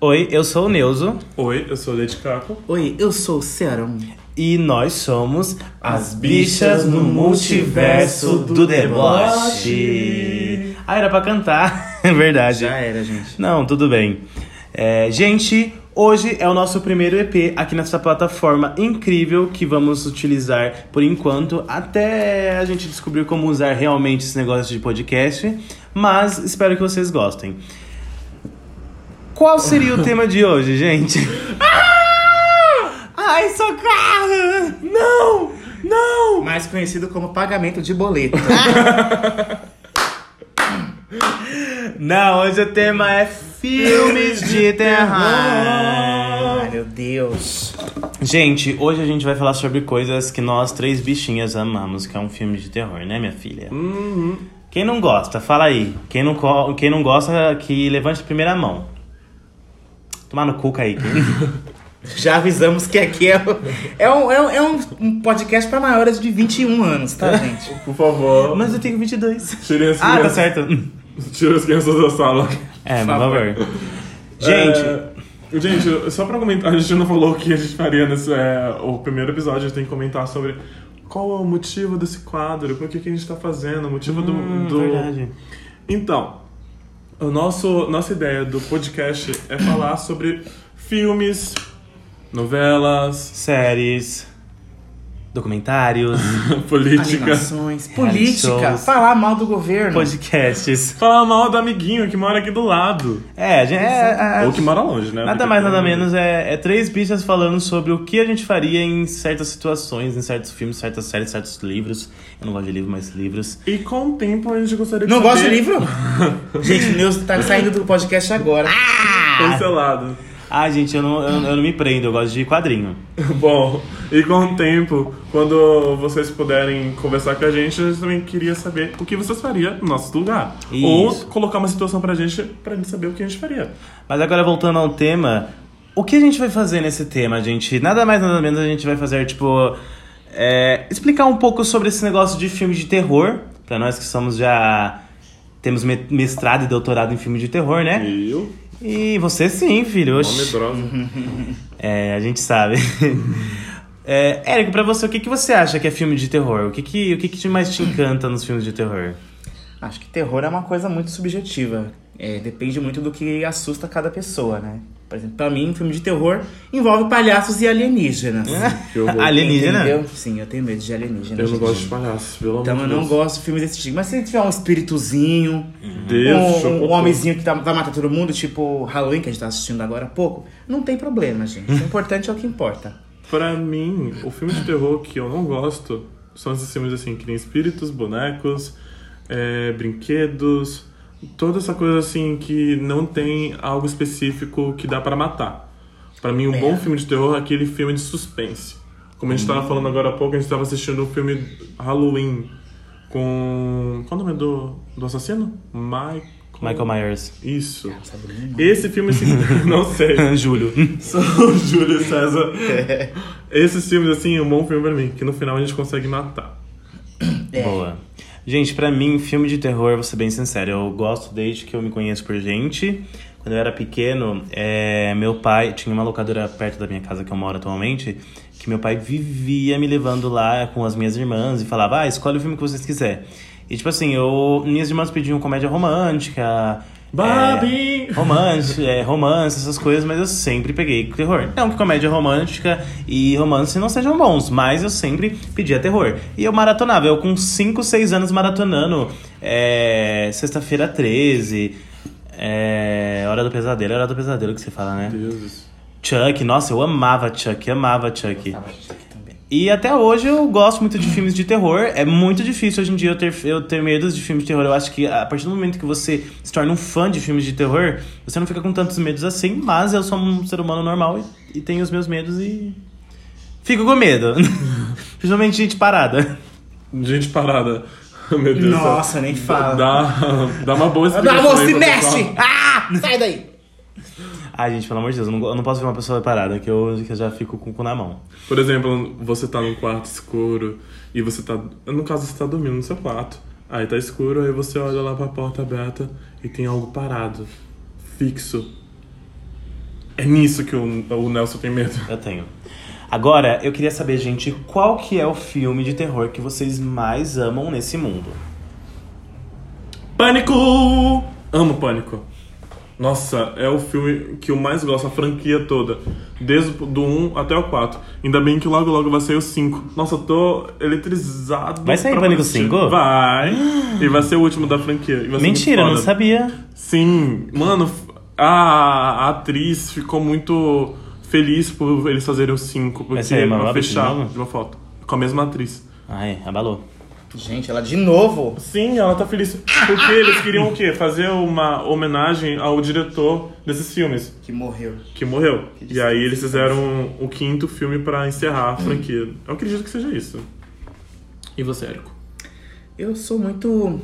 Oi, eu sou o Neuzo Oi, eu sou o Leite Caco. Oi, eu sou o Serum. e nós somos as bichas no multiverso do deboche. Ah, era pra cantar, é verdade. Já era, gente. Não, tudo bem. É, gente, hoje é o nosso primeiro EP aqui nessa plataforma incrível que vamos utilizar por enquanto, até a gente descobrir como usar realmente esse negócio de podcast. Mas espero que vocês gostem. Qual seria o tema de hoje, gente? Ai, socorro! Ah! Não! Não! Mais conhecido como pagamento de boleto. Não, hoje o tema é filmes de Ah, terror. Ai, Ah, meu Deus. Gente, hoje a gente vai falar sobre coisas que nós três bichinhas amamos, que é um filme de terror, né, minha filha? Uhum. Quem não gosta, fala aí. Quem não, co- quem não gosta, que levante a primeira mão. Tomar no cu, Kaique. Já avisamos que aqui é, o- é, um, é, um, é um- um podcast pra maiores de 21 anos, tá, gente? Por favor, Mas eu tenho 22. tirem as Ah, tá crianças, certo. tirem as crianças da sala. É, por favor. Gente, É, gente, só pra comentar, a gente não falou o que a gente faria nesse é, o primeiro episódio, a gente tem que comentar sobre qual é o motivo desse quadro, por que, que a gente tá fazendo, o motivo do- hum, do, verdade. Então, o nosso, nossa ideia do podcast é falar sobre filmes, novelas, Séries, documentários, política. Animações, Reality política, shows. falar mal do governo. podcasts. Falar mal do amiguinho que mora aqui do lado. É, a gente, é, é, Ou que mora longe, né? Nada Porque mais, tem- nada menos. É, é três bichas falando sobre o que a gente faria em certas situações, em certos filmes, certas séries, certos livros. Eu não gosto de livro, mas livros. E com o tempo a gente gostaria de Não gosta de saber- livro? gente, o Neus tá saindo do podcast agora. Cancelado. Ah, gente, eu não, eu, eu não me prendo, eu gosto de quadrinho. Bom, e com o tempo, quando vocês puderem conversar com a gente, a gente também queria saber o que vocês fariam no nosso lugar. Isso. Ou colocar uma situação pra gente, pra gente saber o que a gente faria. Mas agora voltando ao tema, o que a gente vai fazer nesse tema, gente? Nada mais, nada menos a gente vai fazer, tipo, é, explicar um pouco sobre esse negócio de filme de terror. Pra nós que somos já. Temos me- mestrado e doutorado em filme de terror, né? E eu, E você sim, filho. uma Oxi. medrosa. É, a gente sabe. É, Érico, pra você, o que, que você acha que é filme de terror? O que, que, o que, que te- mais te encanta nos filmes de terror? Acho que terror é uma coisa muito subjetiva. É, depende muito do que assusta cada pessoa, né? Por exemplo, pra mim, um filme de terror envolve palhaços e alienígenas. Que eu vou- Alienígena. Entendeu? Sim, eu tenho medo de alienígenas. Eu não gente. gosto de palhaços, pelo amor de Então eu Deus. não gosto de filmes desse tipo. Mas se tiver um espíritozinho, Uhum. Deus, um, um chocou homenzinho que tá- vai matar todo mundo, tipo Halloween, que a gente tá assistindo agora há pouco, não tem problema, gente. O importante é o que importa. tudo. Pra mim, o filme de terror que eu não gosto são esses filmes assim, que nem espíritos, bonecos, é, brinquedos, toda essa coisa assim que não tem algo específico que dá pra matar. Pra mim, um É. bom filme de terror é aquele filme de suspense. Como a gente tava falando agora há pouco, a gente tava assistindo o filme Halloween com. Qual é o nome do, do assassino? Michael. Michael Myers. Isso. Sabe? Não. Esse filme, assim, não sei. Júlio. Só o Júlio César. É. Esses filmes, assim, é um bom filme pra mim, que no final a gente consegue matar. É. Boa. Gente, pra mim, filme de terror, vou ser bem sincero, eu gosto desde que eu me conheço por gente. Quando eu era pequeno, é, meu pai tinha uma locadora perto da minha casa que eu moro atualmente, que meu pai vivia me levando lá com as minhas irmãs e falava, ah, escolhe o filme que vocês quiser. E tipo assim, eu, minhas irmãs pediam comédia romântica. é, Barbie! romance, é, romance, essas coisas, mas eu sempre peguei terror. Não que comédia romântica e romance não sejam bons, mas eu sempre pedia terror. E eu maratonava, eu com 5, 6 anos maratonando é, Sexta-feira 13, é, Hora do Pesadelo, Hora do Pesadelo que você fala, né? Deus. Chuck, nossa, eu amava Chuck, amava Chuck. Tava isso tá aqui também. E até hoje eu gosto muito de filmes de terror. É muito difícil hoje em dia eu ter, eu ter medo de filmes de terror. Eu acho que a partir do momento que você se torna um fã de filmes de terror, você não fica com tantos medos assim. Mas eu sou um ser humano normal e, e tenho os meus medos e. Fico com medo. Principalmente gente parada. Gente parada. Meu Deus. Nossa, nem fala. Dá, dá uma boa Não, explicação. amor, aí se pro pessoal. mexe! Ah! Sai daí! Ai, gente, pelo amor de Deus, eu não, eu não posso ver uma pessoa parada, que eu, que eu já fico com o cu na mão. Por exemplo, você tá num quarto escuro e você tá. No caso, você tá dormindo no seu quarto. Aí tá escuro, aí você olha lá pra porta aberta e tem algo parado, fixo. É nisso que o, o Nelson tem medo. Eu tenho. Agora, eu queria saber, gente, qual que é o filme de terror que vocês mais amam nesse mundo? Pânico! Amo Pânico. Nossa, é o filme que eu mais gosto, a franquia toda. Desde o- do 1 até o 4. Ainda bem que logo logo vai sair o 5. Nossa, eu tô eletrizado. Vai sair pra Pânico assistir. 5? Vai! e vai ser o último da franquia. e vai ser Mentira, eu muito não foda. sabia. Sim, mano, a, a atriz ficou muito feliz por eles fazerem o 5, porque ser a Emma pra Roberts de fechar novo? de uma foto. Com a mesma atriz. Ai, abalou. Gente, ela de novo. Sim, ela tá feliz. Porque eles queriam o quê? Fazer uma homenagem ao diretor desses filmes, Que morreu. que morreu. E aí eles fizeram o quinto filme pra encerrar a franquia. Eu acredito que seja isso. E você, Érico? Eu sou muito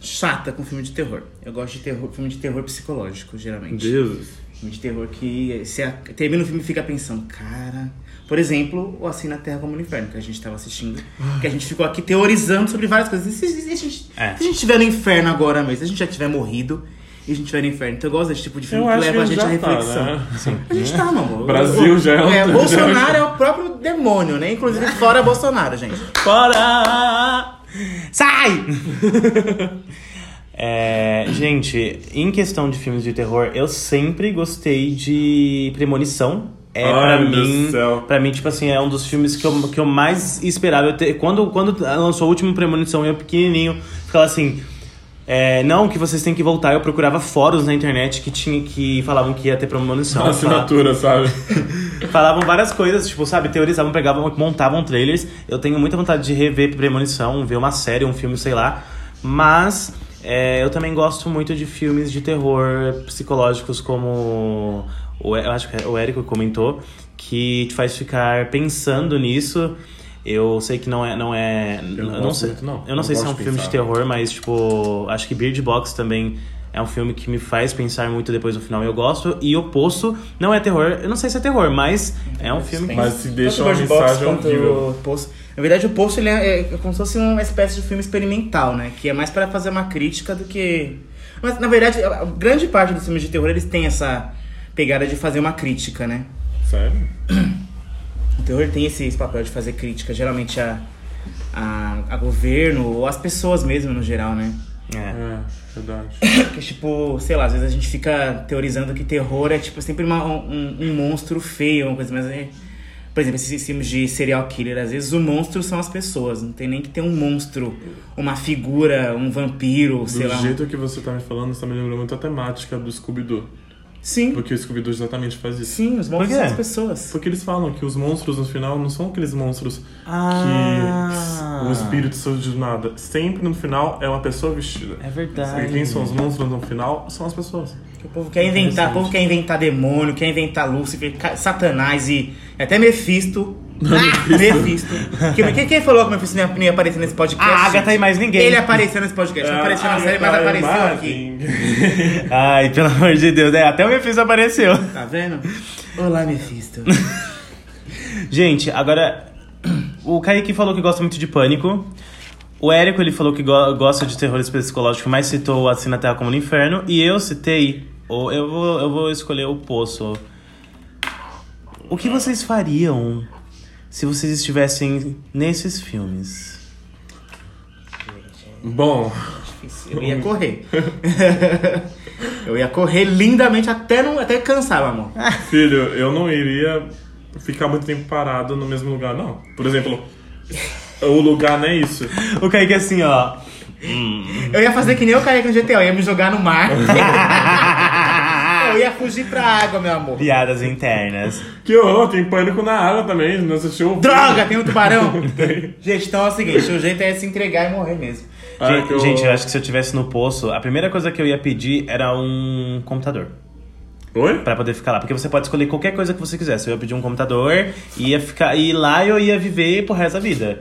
chata com filme de terror. Eu gosto de terror, filme de terror psicológico, geralmente. Jesus. Filme Um de terror que você a- termina o filme e fica pensando, cara. Por exemplo, o Assim na Terra como no Inferno, que a gente tava assistindo. Que a gente ficou aqui teorizando sobre várias coisas. E se, se- se a gente, É. se a gente tiver no inferno agora mesmo, se a gente já tiver morrido e a gente tiver no inferno. Então eu gosto desse tipo de filme Eu que acho que leva a ele gente à já tá, reflexão. né? A gente tá, meu amor. Brasil já é um- é, Bolsonaro é o próprio demônio, né? Inclusive fora Bolsonaro, gente. Fora! Sai! É, gente, em questão de filmes de terror, eu sempre gostei de Premonição. É, Ai, pra meu Deus mim, do céu. pra mim, tipo assim, é um dos filmes que eu, que eu mais esperava. Eu te- quando, quando lançou o último Premonição, eu pequenininho, ficava assim... é, não, que vocês têm que voltar. Eu procurava fóruns na internet que tinha que falavam que ia ter premonição. Fala- Assinatura, sabe? Falavam várias coisas, tipo, sabe, teorizavam, pegavam, montavam trailers. Eu tenho muita vontade de rever Premonição, ver uma série, um filme, sei lá. Mas é, eu também gosto muito de filmes de terror psicológicos, como o, eu acho que é, o Érico comentou, que te faz ficar pensando nisso. Eu sei que não é. Não é Eu não eu gosto sei, muito, não. Eu não, Não sei se é um gosto de filme de pensar. terror, mas, tipo, acho que Bird Box também é um filme que me faz pensar muito depois do final. Eu gosto. E O Poço não é terror. Eu não sei se é terror, mas é um filme que. Mas se deixa Tanto uma Bird Box mensagem quanto horrível. o Poço. Na verdade, o Poço ele é, é como se fosse uma espécie de filme experimental, né? Que é mais pra fazer uma crítica do que. Mas, na verdade, a- a grande parte dos filmes de terror eles têm essa pegada de fazer uma crítica, né? Sério? O terror tem esse, esse papel de fazer crítica, geralmente a, a, a governo ou às pessoas mesmo, no geral, né? É. É, verdade. Porque, tipo, sei lá, às vezes a gente fica teorizando que terror é, tipo, sempre uma- um, um monstro feio, uma coisa, mas é... Por exemplo, esses filmes de serial killer, às vezes o monstro são as pessoas. Não tem nem que ter um monstro, uma figura, um vampiro, sei Do lá. um jeito que você tá me falando, você tá me lembrando muito a temática do Scooby-Doo. Sim, Porque o Scooby-Doo exatamente faz isso. sim, os monstros quê? são as pessoas. Porque eles falam que os monstros no final não são aqueles monstros Ah. que o espírito surge do nada. Sempre no final é uma pessoa vestida. É E verdade. quem são os monstros no final são as pessoas. Que o povo quer inventar, o povo quer inventar demônio, quer inventar Lúcifer, ca- Satanás e até Mephisto. Ah, Mephisto. Que- Quem, quem falou que o Mephisto não ia- não ia aparecer nesse podcast? A Ah, Agatha e mais ninguém. Ah, Ele apareceu nesse podcast. Não apareceu na série, Ah, mas apareceu é aqui. Ai, pelo amor de Deus. É, até o Mephisto apareceu. Tá vendo? Olá, Mephisto. Gente, agora. O Kaique falou que gosta muito de pânico. O Érico ele falou que go- gosta de terror psicológico, mas citou Assim na Terra como no Inferno. E eu citei. o- Eu vou, eu vou escolher o Poço. O que vocês fariam se vocês estivessem nesses filmes? Bom, Eu ia correr. Eu ia correr lindamente até, não, até cansar, meu amor. filho, eu não iria ficar muito tempo parado no mesmo lugar, não. Por exemplo, o lugar não é isso. O Kaique assim, ó. Eu ia fazer que nem eu caí no GTA, eu ia me jogar no mar. Eu ia fugir pra água, meu amor. Piadas internas. Que horror, tem pânico na água também, não assistiu? o- Droga, tem um tubarão? Gente, então é o seguinte, o jeito é se entregar e morrer mesmo. Ai, Ah, que gente, gente, eu horror. acho que se eu estivesse no Poço, a primeira coisa que eu ia pedir era um computador. Oi? Pra poder ficar lá. Porque você pode escolher qualquer coisa que você quiser. Se eu ia pedir um computador, ia ficar. E lá eu ia viver pro resto da vida.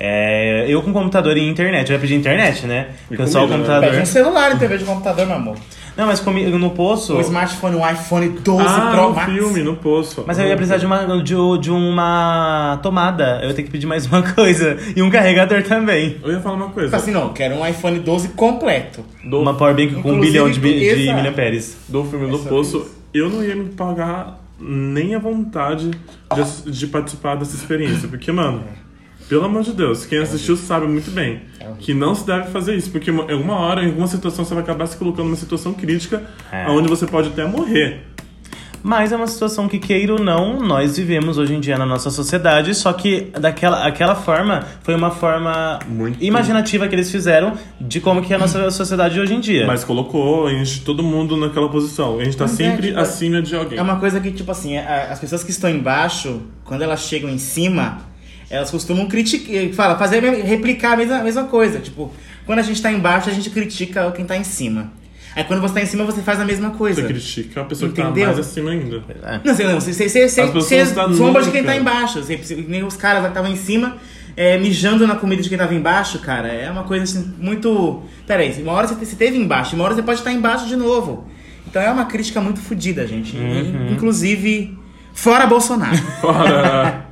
É, eu com computador e internet. Eu ia pedir internet, né? Porque só o comida, né? um computador. Pede um celular em TV de computador, meu amor. Não, mas comigo no poço. Um smartphone, um iPhone 12 Ah, Pro no Max. filme, no poço. Mas eu ia precisar de uma, de, de uma tomada. Eu ia ter que pedir mais uma coisa. E um carregador também. Eu ia falar uma Tipo coisa. assim, não, quero um iPhone 12 completo. Do, Uma powerbank com um Inclusive, bilhão de, bi- de exato. miliamperes. do filme do Essa Poço, vez. eu não ia me pagar nem a vontade de, ass- de participar dessa experiência. Porque, mano, É. pelo amor de Deus, quem assistiu sabe muito bem que não se deve fazer isso. Porque em alguma hora, em alguma situação, você vai acabar se colocando numa situação crítica É. onde você pode até morrer. Mas é uma situação que, queira ou não, nós vivemos hoje em dia na nossa sociedade, só que daquela aquela forma foi uma forma Muito. imaginativa que eles fizeram de como que é a nossa sociedade hoje em É. dia. Mas colocou a gente, todo mundo naquela posição. A gente tá Mas é, sempre tipo, acima de alguém. É uma coisa que, tipo assim, a- as pessoas que estão embaixo, quando elas chegam em cima, elas costumam criticar, eh, fala, fazer, replicar a mesma, a mesma coisa. Tipo, quando a gente tá embaixo, a gente critica quem tá em cima. Aí quando você tá em cima, você faz a mesma coisa. Você critica a pessoa que tá Entendeu? mais acima ainda. É. Não, sei não, você, você, você, pessoas você da zomba de quem nunca. tá embaixo. Você, você- nem os caras que estavam em cima, é, mijando na comida de quem tava embaixo, cara. É uma coisa assim, muito. Pera aí, uma hora você, te- você teve embaixo, uma hora você pode estar embaixo de novo. Então é uma crítica muito fodida, gente. E, Uhum. Inclusive, fora Bolsonaro. Fora.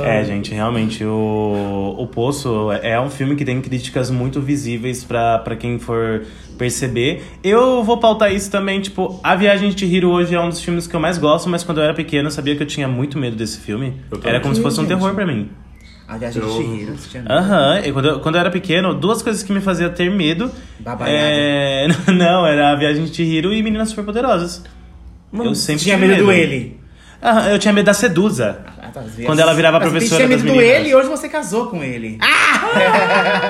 É, gente, realmente, o, o Poço é um filme que tem críticas muito visíveis pra pra quem for perceber. Eu vou pautar isso também, tipo, A Viagem de Hiro hoje é um dos filmes que eu mais gosto, mas quando eu era pequeno eu sabia que eu tinha muito medo desse filme. Eu também. Era como se fosse um Gente. terror pra mim. A viagem de Eu- Chihiro. você tinha- Aham, e quando, eu- quando eu era pequeno, duas coisas que me faziam ter medo. Babaiada. É... Não, era a viagem de Hiro e Meninas Superpoderosas. eu sempre Tinha tive medo do ele. Aham, eu tinha medo da Sedusa. Ah, tá, às vezes. Quando ela virava Mas você professora Tinha das medo do meninas. ele e hoje você casou com ele. Ah,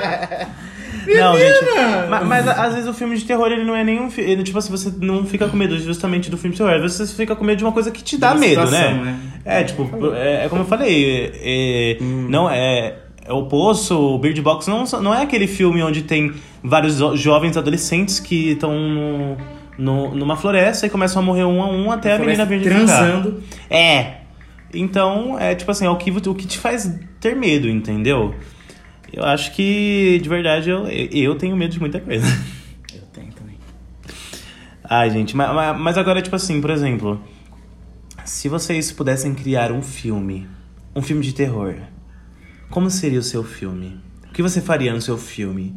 Não, gente. ma- Mas, a- às vezes o filme de terror ele não é nenhum fi- ele, Tipo assim, você não fica com medo justamente do filme de terror. Às vezes você fica com medo de uma coisa que te dá uma medo, situação, né? É, tipo, é, é como eu falei, é- é- Hum. não é. é O Poço, o Bird Box, não, são- não é aquele filme onde tem vários jo- jovens adolescentes que estão no- no- numa floresta e começam a morrer um a um até a menina vir de transando. é. Então, é tipo assim, é o que, o que te faz ter medo, entendeu? Eu acho que, de verdade, eu, eu tenho medo de muita coisa. Eu tenho também. Ai, gente, ma- ma- mas, agora, tipo assim, por exemplo, se vocês pudessem criar um filme, um filme de terror, como seria o seu filme? O que você faria no seu filme?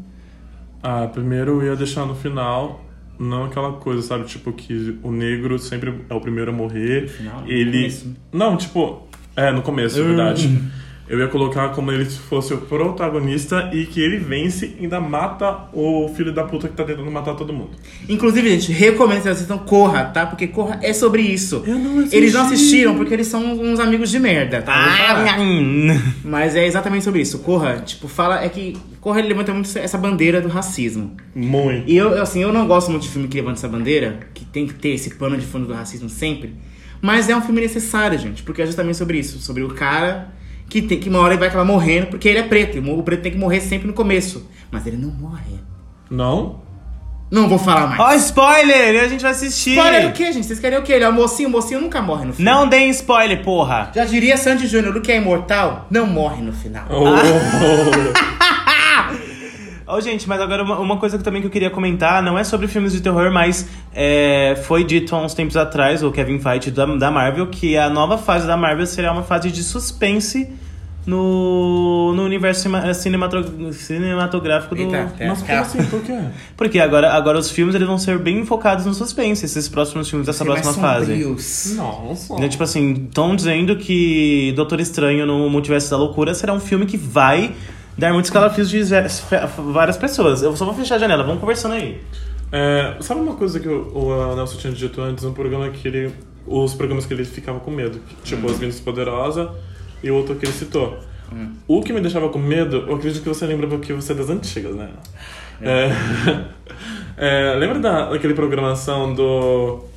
ah, primeiro eu ia deixar no final. Não aquela coisa, sabe? Tipo, que o negro sempre é o primeiro a morrer. final? No ele. começo? Hum. Não, tipo. É, no começo, na verdade. Eu ia colocar como ele fosse o protagonista e que ele vence e ainda mata o filho da puta que tá tentando matar todo mundo. Inclusive, gente, recomendo que vocês assistam Corra, tá? Porque Corra é sobre isso. Eu não assisti. Ah, Eles não assistiram porque eles são uns amigos de merda, tá? Vou falar. é. hum. Mas é exatamente sobre isso. Corra, tipo, fala. É que Corra ele levanta muito essa bandeira do racismo. Muito. E eu, eu, assim, eu não gosto muito de filme que levanta essa bandeira, que tem que ter esse pano de fundo do racismo sempre. Mas é um filme necessário, gente, porque é justamente sobre isso. Sobre o cara que tem que uma hora ele vai acabar morrendo, porque ele é preto. E o preto tem que morrer sempre no começo. Mas ele não morre. Não? Não vou falar mais. Ó, spoiler! A gente vai assistir! Spoiler o quê, gente? Vocês querem o quê? Ele é um mocinho, o mocinho nunca morre no final. Não deem spoiler, porra! Já diria Sandy Júnior, o que é imortal não morre no final. Oh, Ô, gente, mas agora uma, uma coisa que também que eu queria comentar, não é sobre filmes de terror, mas é, foi dito há uns tempos atrás, o Kevin Feige da, da Marvel, que a nova fase da Marvel será uma fase de suspense no, no universo cima- cinematro- cinematográfico do... Eita, até Mas a como capa. assim? Por quê? Porque agora, agora os filmes eles vão ser bem focados no suspense, esses próximos filmes dessa Ser é mais próxima fase. sombrios. Nossa. Né, tipo assim, estão dizendo que Doutor Estranho no Multiverso da Loucura será um filme que vai dar muitos calafrios de zé- fe- várias pessoas. Eu só vou fechar a janela, vamos conversando aí. É, sabe uma coisa que o, o Nelson tinha dito antes? Um programa que ele. Os programas que ele ficava com medo. que- Tipo, As Meninas Poderosas e o outro que ele citou. O que me deixava com medo, eu acredito que você lembra porque você é das antigas, né? É. É, lembra da, daquele programação do.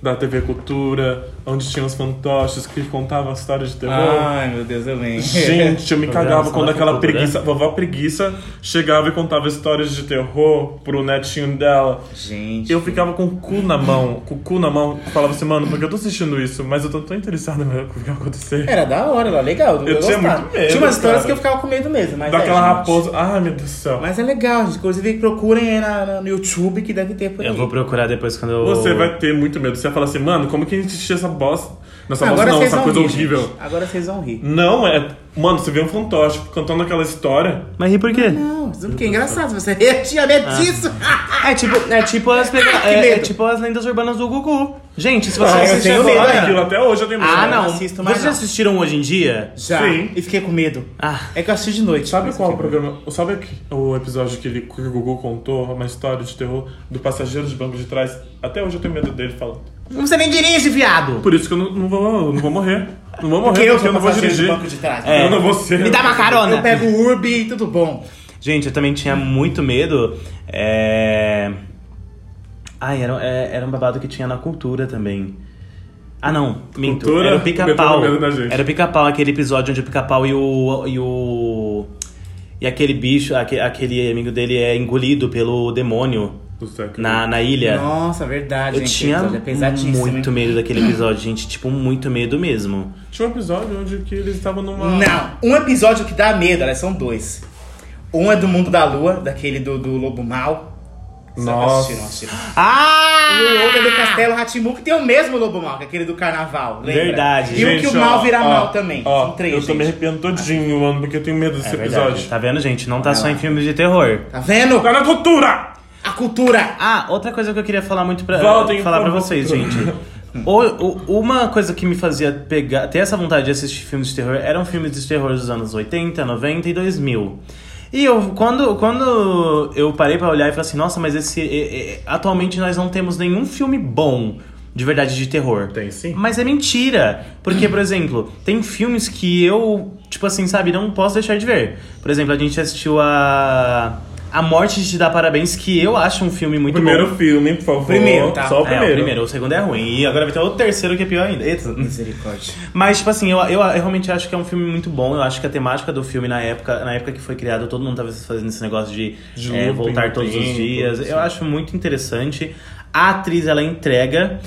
Da TV Cultura, onde tinha os fantoches que contavam histórias de terror? Ai, meu Deus, eu lembro. Gente, eu me cagava Programação quando da aquela cultura. preguiça, vovó preguiça, chegava e contava histórias de terror pro netinho dela. Gente. Eu ficava com o cu na mão, com o cu na mão, falava assim, mano, porque eu tô assistindo isso, mas eu tô tão interessado no que vai acontecer. Era da hora, era legal. Eu tinha gostava. muito medo, Tinha umas histórias cara. que eu ficava com medo mesmo. Mas Daquela é, gente. raposa. Ai, meu Deus do céu. Mas é legal, gente. Inclusive, procurem aí na, na- no YouTube É, que deve ter por aí. Eu vou procurar depois quando eu. Você vai ter muito medo. Você vai falar assim, mano, como que a gente assistia essa bosta? Nessa voz não, essa coisa rir, horrível. gente. Agora vocês vão rir. Não, é. Mano, você vê um fantoche cantando aquela história. Mas ri por quê? Não, isso que é engraçado. Você eu tinha Ah. medo disso. É tipo, é tipo as pega- que é, é medo. tipo as lendas urbanas do Gugu. Gente, se você Ah, eu assistir tenho medo agora- daquilo, até hoje eu tenho medo. é. Ah, não não. assisto mais, Vocês já não. assistiram hoje em dia? Já. Sim. E fiquei com medo. Ah. É que eu assisti de noite. Sabe Mas qual fiquei com programa? Sabe aqui- o episódio que, ele, que o Gugu contou, uma história de terror do passageiro de banco de trás? Até hoje eu tenho medo dele falando. medo. Você nem dirige, viado. Por isso que eu não, não vou, não vou morrer. Não vou morrer, Porque porque eu eu, sou não vou passageiro do dirigir. banco de trás. É. Eu não vou ser. Me dá uma carona. Eu pego o Urbi, tudo bom. Gente, eu também tinha muito medo. É. Ai, era, é- era um babado que tinha na cultura também. Ah, não, minto. Cultura, era o pica-pau. meteu medo na gente. Era o pica-pau, aquele episódio onde o pica-pau e o. E o. E aquele bicho, aque- aquele amigo dele é engolido pelo demônio Do século. na, na ilha. É. Nossa, verdade, Eu gente. tinha Esse episódio é pesadíssimo, muito hein? medo daquele episódio, gente. Tipo, muito medo mesmo. Tinha um episódio onde que eles estavam numa. Não, um episódio que dá medo, elas são dois. Um é do Mundo da Lua, daquele do, do Lobo Mal. Nossa. Assistiram, assistiram. E Ah! o outro é do Castelo Ratimu, que tem o mesmo Lobo Mal, que é aquele do Carnaval, lembra? Verdade, E o que o mal vira mal também. Ó, são três, eu tô me gente. arrependo todinho, mano, porque eu tenho medo desse É verdade. episódio. Tá vendo, gente? Não tá só lá. em filmes de terror. Tá vendo? Tá na cultura! A cultura! Ah, outra coisa que eu queria falar muito pra, Voltem, falar por pra favor. vocês, gente. O- o- uma coisa que me fazia pegar, ter essa vontade de assistir filmes de terror eram filmes de terror dos anos 80, 90 e 2000. E eu, quando, quando eu parei pra olhar e falei assim, nossa, mas esse. é- é- atualmente nós não temos nenhum filme bom de verdade de terror. Tem sim. Mas é mentira. Porque, por exemplo, tem filmes que eu, tipo assim, sabe, não posso deixar de ver. Por exemplo, a gente assistiu a. A Morte de Te Dar Parabéns, que eu acho um filme muito Primeiro bom. filme, por favor. Primeiro, tá. Só o É, primeiro. o primeiro, o segundo é ruim. E agora vai ter o terceiro que é pior ainda. Eita. Misericórdia. Mas, tipo assim, eu, eu, eu realmente acho que é um filme muito bom. Eu acho que a temática do filme na época, na época que foi criado, todo mundo tava fazendo esse negócio de, De é, looping, voltar todos os tempo, dias. assim. Eu acho muito interessante. A atriz, ela entrega.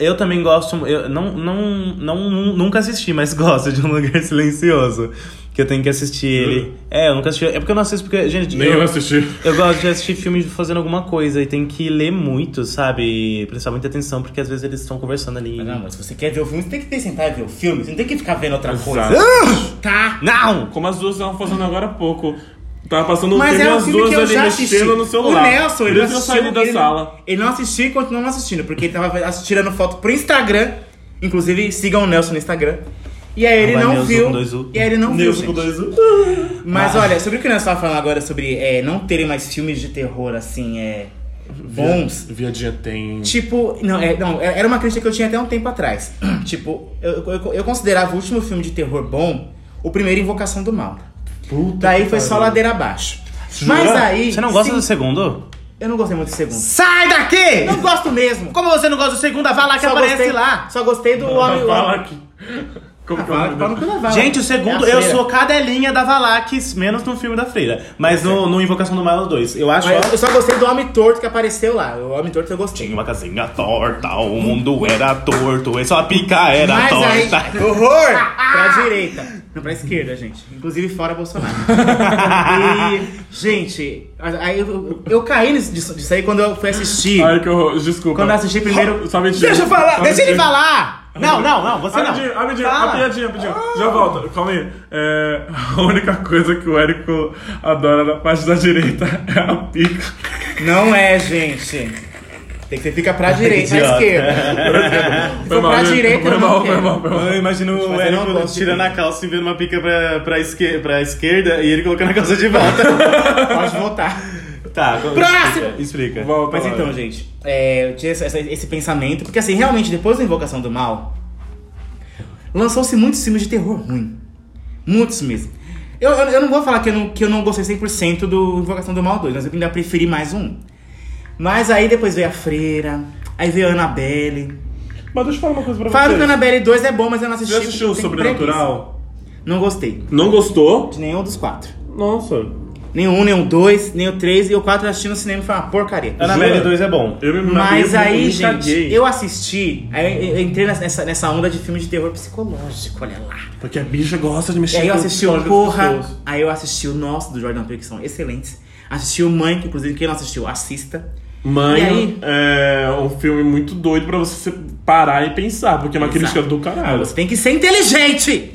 Eu também gosto. Eu não, não, não, nunca assisti, mas gosto de um lugar silencioso. Que eu tenho que assistir Jura? ele. É, eu nunca assisti. É porque eu não assisto, porque, gente. Nem eu assisti. Eu gosto de assistir filmes fazendo alguma coisa e tem que ler muito, sabe? E prestar muita atenção, porque às vezes eles estão conversando ali. Mas, não, amor, se você quer ver o filme, você tem que ter sentar e ver o filme. Você não tem que ficar vendo outra Exato. Ah! coisa. Tá? Não! Como as duas estavam fazendo agora há pouco. Tava passando um Mas filme é e um as filme duas que eu ali já mexendo assisti. no celular. O Nelson, ele Por não isso que eu assistiu. saí da ele, não- sala. Ele não assistiu e continuou não assistindo, porque ele tava ass- tirando foto pro Instagram. Inclusive, sigam o Nelson no Instagram. E aí ele Arroba não Nelson viu. com dois U. Ah. E aí ele não viu. Nelson gente. com dois U. Mas olha, sobre o que nós estávamos falando agora, sobre é, não terem mais filmes de terror, assim, é, bons. Viadinha tem. Tipo, não, é, não, é- era uma crítica que eu tinha até um tempo atrás. tipo, eu, eu, eu considerava o último filme de terror bom o primeiro Invocação do Mal. Puta Daí que foi só pariu. ladeira abaixo. Jura? Mas aí. Você não gosta sim, do segundo? Eu não gostei muito do segundo. Sai daqui! Não gosto mesmo. Como você não gosta do segundo? Vai lá que Só aparece gostei, lá! Só gostei do homem. Valak. Como que é o nome dele? Gente, o segundo, eu sou sou cadelinha da Valaques, menos no filme da É Freira. Mas no, no Invocação do Mal 2. Eu acho. Mas eu só gostei do homem torto que apareceu lá. O homem torto eu gostei. Tinha uma casinha torta, o mundo era torto, e só a pica era Mas aí, torta. que horror! Ah! pra direita. Não, pra esquerda, gente. Inclusive fora Bolsonaro. e, gente, aí eu, eu- eu caí nisso, disso, disso aí quando eu fui assistir. Ai, que horror. Desculpa. Quando eu assisti primeiro. Só mentira. deixa eu falar, Só deixa ele mentira. falar! Não, não, não, você não. Rapidinho, rapidinho, Fala. a piadinha, a piadinha. Ah. Já volto, calma aí. É, a única coisa que o Érico adora na parte da direita é a pica. Não é, gente. Tem que ser fica pra direita, pra Idiota. esquerda. Se for pra gente. direita, foi eu mal, não foi quero. mal, foi mal. Eu imagino Mas o eu Érico não gosto de tirando pica. a calça e vendo uma pica pra, pra, esque pra esquerda e ele colocando a calça de volta. Pode voltar. tá, Próximo! Explica. explica. Volta, Mas olha. então, gente, é, eu tinha esse, esse- esse pensamento, porque assim, realmente, depois da Invocação do Mal, lançou-se muitos filmes de terror ruim. Muitos mesmo. Eu, eu, eu não vou falar que eu não, que eu não gostei 100% do Invocação do Mal 2, mas eu ainda preferi mais um. Mas aí depois veio a Freira, aí veio a Annabelle. Mas deixa eu falar uma coisa pra Falaram que a vocês. Annabelle 2 é bom, mas eu não assisti. Já assistiu o porque tem Sobrenatural? preguiça. Não gostei. Não gostou? De nenhum dos quatro. Nossa. Nenhum, nenhum dois, nenhum três, e o quatro eu assisti no cinema e foi uma porcaria. Annabelle Jura? 2 é bom. Eu me Mas eu me aí, gente, caguei. eu assisti, aí eu eu entrei nessa, nessa onda de filme de terror psicológico, olha lá. Porque a bicha gosta de E mexer aí eu com assisti os o olhos Porra, das pessoas. aí eu assisti o Nosso, do Jordan Peele, que são excelentes. Assisti o Mãe, que inclusive quem não assistiu, assista. E Mãe aí? é um filme muito doido pra você se- parar e pensar, porque é uma Exato. crítica do caralho. Você tem que ser inteligente!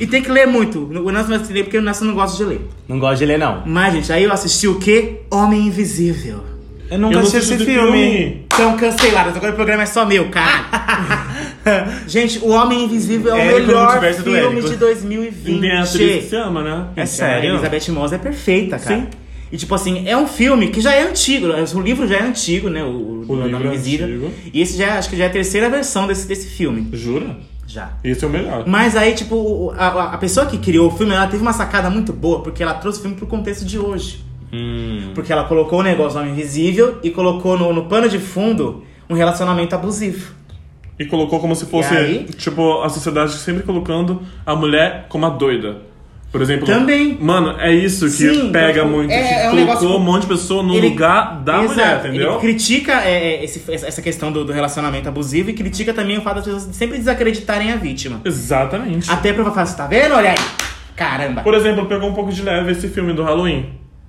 E tem que ler muito. O Nelson vai ler porque o Nelson não gosta de ler. Não gosto de ler, não. Mas, gente, aí eu assisti o quê? Homem Invisível. Eu nunca Eu não assisti esse assisti filme. filme. São canceladas, agora o programa é só meu, caralho. gente, O Homem Invisível é o Érico no melhor universo do filme Érico. de E tem a atriz que 2020. se ama, né? É sério? A Elizabeth Moss é perfeita, cara. Sim. E tipo assim, é um filme que já é antigo, o livro já é antigo, né? O, o, O livro Homem é Invisível. antigo. E esse já, acho que já é a terceira versão desse, desse filme. Jura? Já. Esse é o melhor. Mas aí, tipo, o- a, a pessoa que criou o filme, ela teve uma sacada muito boa, porque ela trouxe o filme pro contexto de hoje. Hum. Porque ela colocou o negócio do Homem Invisível e colocou no, no pano de fundo um relacionamento abusivo. E colocou como se E fosse, aí? tipo, a sociedade sempre colocando a mulher como a doida. Por exemplo. Também. Mano, é isso que Sim, pega então, muito. é- que é um colocou negócio- um monte de pessoa no Ele- lugar da Exato. mulher, entendeu? Ele critica é, é, esse- essa questão do, do relacionamento abusivo e critica também o fato das pessoas sempre desacreditarem a vítima. Exatamente. Até pra falar assim, tá vendo? Olha aí. Caramba. Por exemplo, pegou um pouco de leve esse filme do Halloween.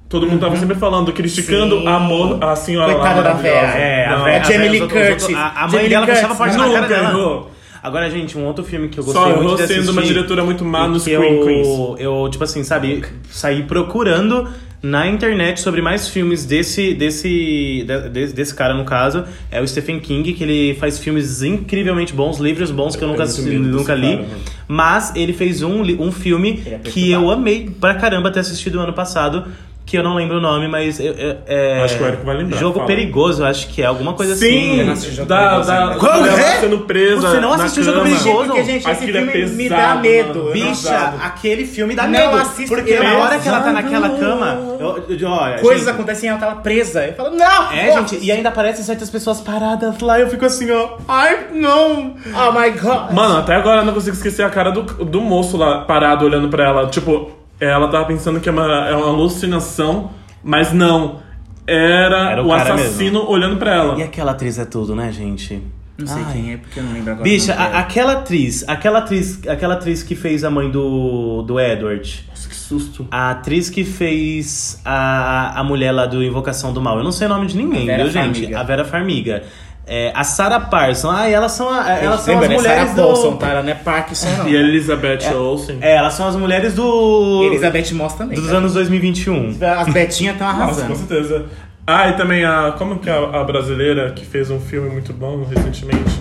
Todo mundo tava sempre falando, criticando Sim. a, mo- a senhora Coitada lá da maravilhosa. véia. É, a Não. velha. A Jamie Lee Curtis. A, a mãe Jamie dela Lee fechava a porta Curtis. na cara Nunca dela. errou. Agora, gente, um outro filme que eu gostei Só errou muito de sendo assistir. uma diretora muito má e nos que Queen Queens. eu, eu, tipo assim, sabe, saí procurando na internet sobre mais filmes desse, desse, de- desse, desse cara, no caso. É o Stephen King, que ele faz filmes incrivelmente bons, livros bons que eu Eu nunca, tenho assisti- medo desse nunca li. cara, né? Mas ele fez um, li- um filme Ele é perturbado. que eu amei pra caramba ter assistido ano passado. Que eu não lembro o nome, mas. eu- eu- é- Acho que o Érico vai lembrar, Jogo fala. Perigoso, eu acho que é alguma coisa assim. Sim, não assisti Jogo da, Perigoso da, ainda. da Qual mulher é? sendo presa Você não na assistiu Jogo cama. Perigoso? Porque, gente, esse Aquilo é filme me pesado, dá mano. medo. Eu não Bicha, Pesado. aquele filme dá Não medo. assisto porque na mesmo. hora que ela tá naquela cama, eu, eu- olha, Coisas gente, acontecem e ela tá presa. Eu falo, não! É, gente, e ainda aparecem certas pessoas paradas lá, eu fico assim, ó. Ai, não! Oh my god! Mano, até agora eu não consigo esquecer a cara do, do moço lá parado olhando pra ela. Tipo, ela tava pensando que é uma, é uma alucinação, mas não. Era, Era o o, cara assassino olhando pra ela. E aquela atriz é tudo, né, gente? Não sei quem é, porque eu não lembro agora. Bicha, o nome a- dela. aquela atriz, aquela atriz, aquela atriz que fez a mãe do, do Edward, Nossa, que susto. a atriz que fez a, a mulher lá do Invocação do Mal, eu não sei o nome de ninguém, A Vera viu, gente? Farmiga. A Vera Farmiga. É, a Sarah Parson, ah, e elas são, a- elas são Lembra, as né? mulheres Sarah do... Paulson, tá? Ela não é Parkinson, não. E a Elizabeth Olsen. É, elas são as mulheres do. Elizabeth Moss também. dos tá? anos 2021. As Betinhas estão Nossa, arrasando. com certeza. Ah, e também a. Como que é a, a brasileira que fez um filme muito bom recentemente?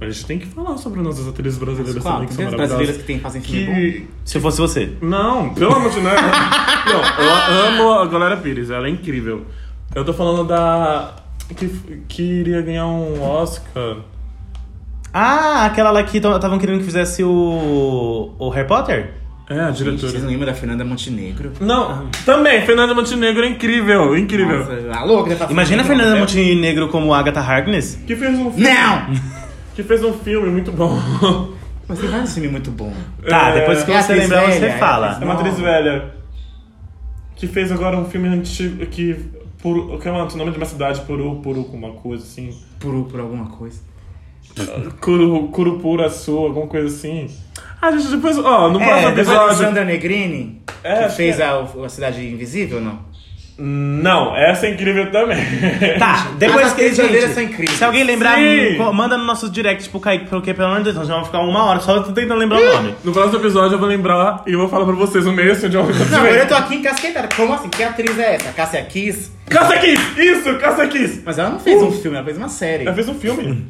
A gente tem que falar sobre nossas atrizes brasileiras Qual? também, que Tem são as maravilhosas. né? brasileiras que tem, fazem filme bom? que Se fosse você. Não, pelo amor de Deus. né? Não, eu amo a Glória Pires, ela é incrível. Eu tô falando da. Que, que iria ganhar um Oscar. Ah, aquela lá que estavam querendo que fizesse o. o Harry Potter? É, a Gente, Vocês diretora. não lembram da Fernanda Montenegro? Não, também, Fernanda Montenegro é incrível, incrível. Nossa, a louca, né? Tá Imagina a falando Fernanda dela. Montenegro como Agatha Harkness. Que fez um filme. Não! Que fez um filme muito bom. Mas tem vários filmes muito bons. Tá, É, depois que é a você atriz lembrar, você velha, é a fala. atriz É uma atriz Não. velha. Que fez agora um filme antigo que. Por, que é o nome de uma cidade, Puru, Puru, com uma coisa assim. Por, por alguma coisa. Curu, Curupuraçu, alguma coisa assim. Ah, gente, depois. Ó, no próximo É, depois da episódio. Alessandra Negrini, É, que acho fez que é. a, a Cidade Invisível, não? Não, essa é incrível também. Tá, depois As que. atrizes brasileiras gente, são incríveis. Se alguém lembrar, Sim. co- manda no nosso direct pro Kaique, porque pelo amor de Deus, nós vamos ficar uma hora só tentando lembrar o nome. No próximo episódio eu vou lembrar e eu vou falar pra vocês o meio de onde Não, eu agora eu tô aqui encasquetada. Como assim? Que atriz é essa? Cássia Kiss? Caça Kiss! Isso, Caça Kiss! Mas ela não fez um filme, ela fez uma série. Uh. Ela fez um filme.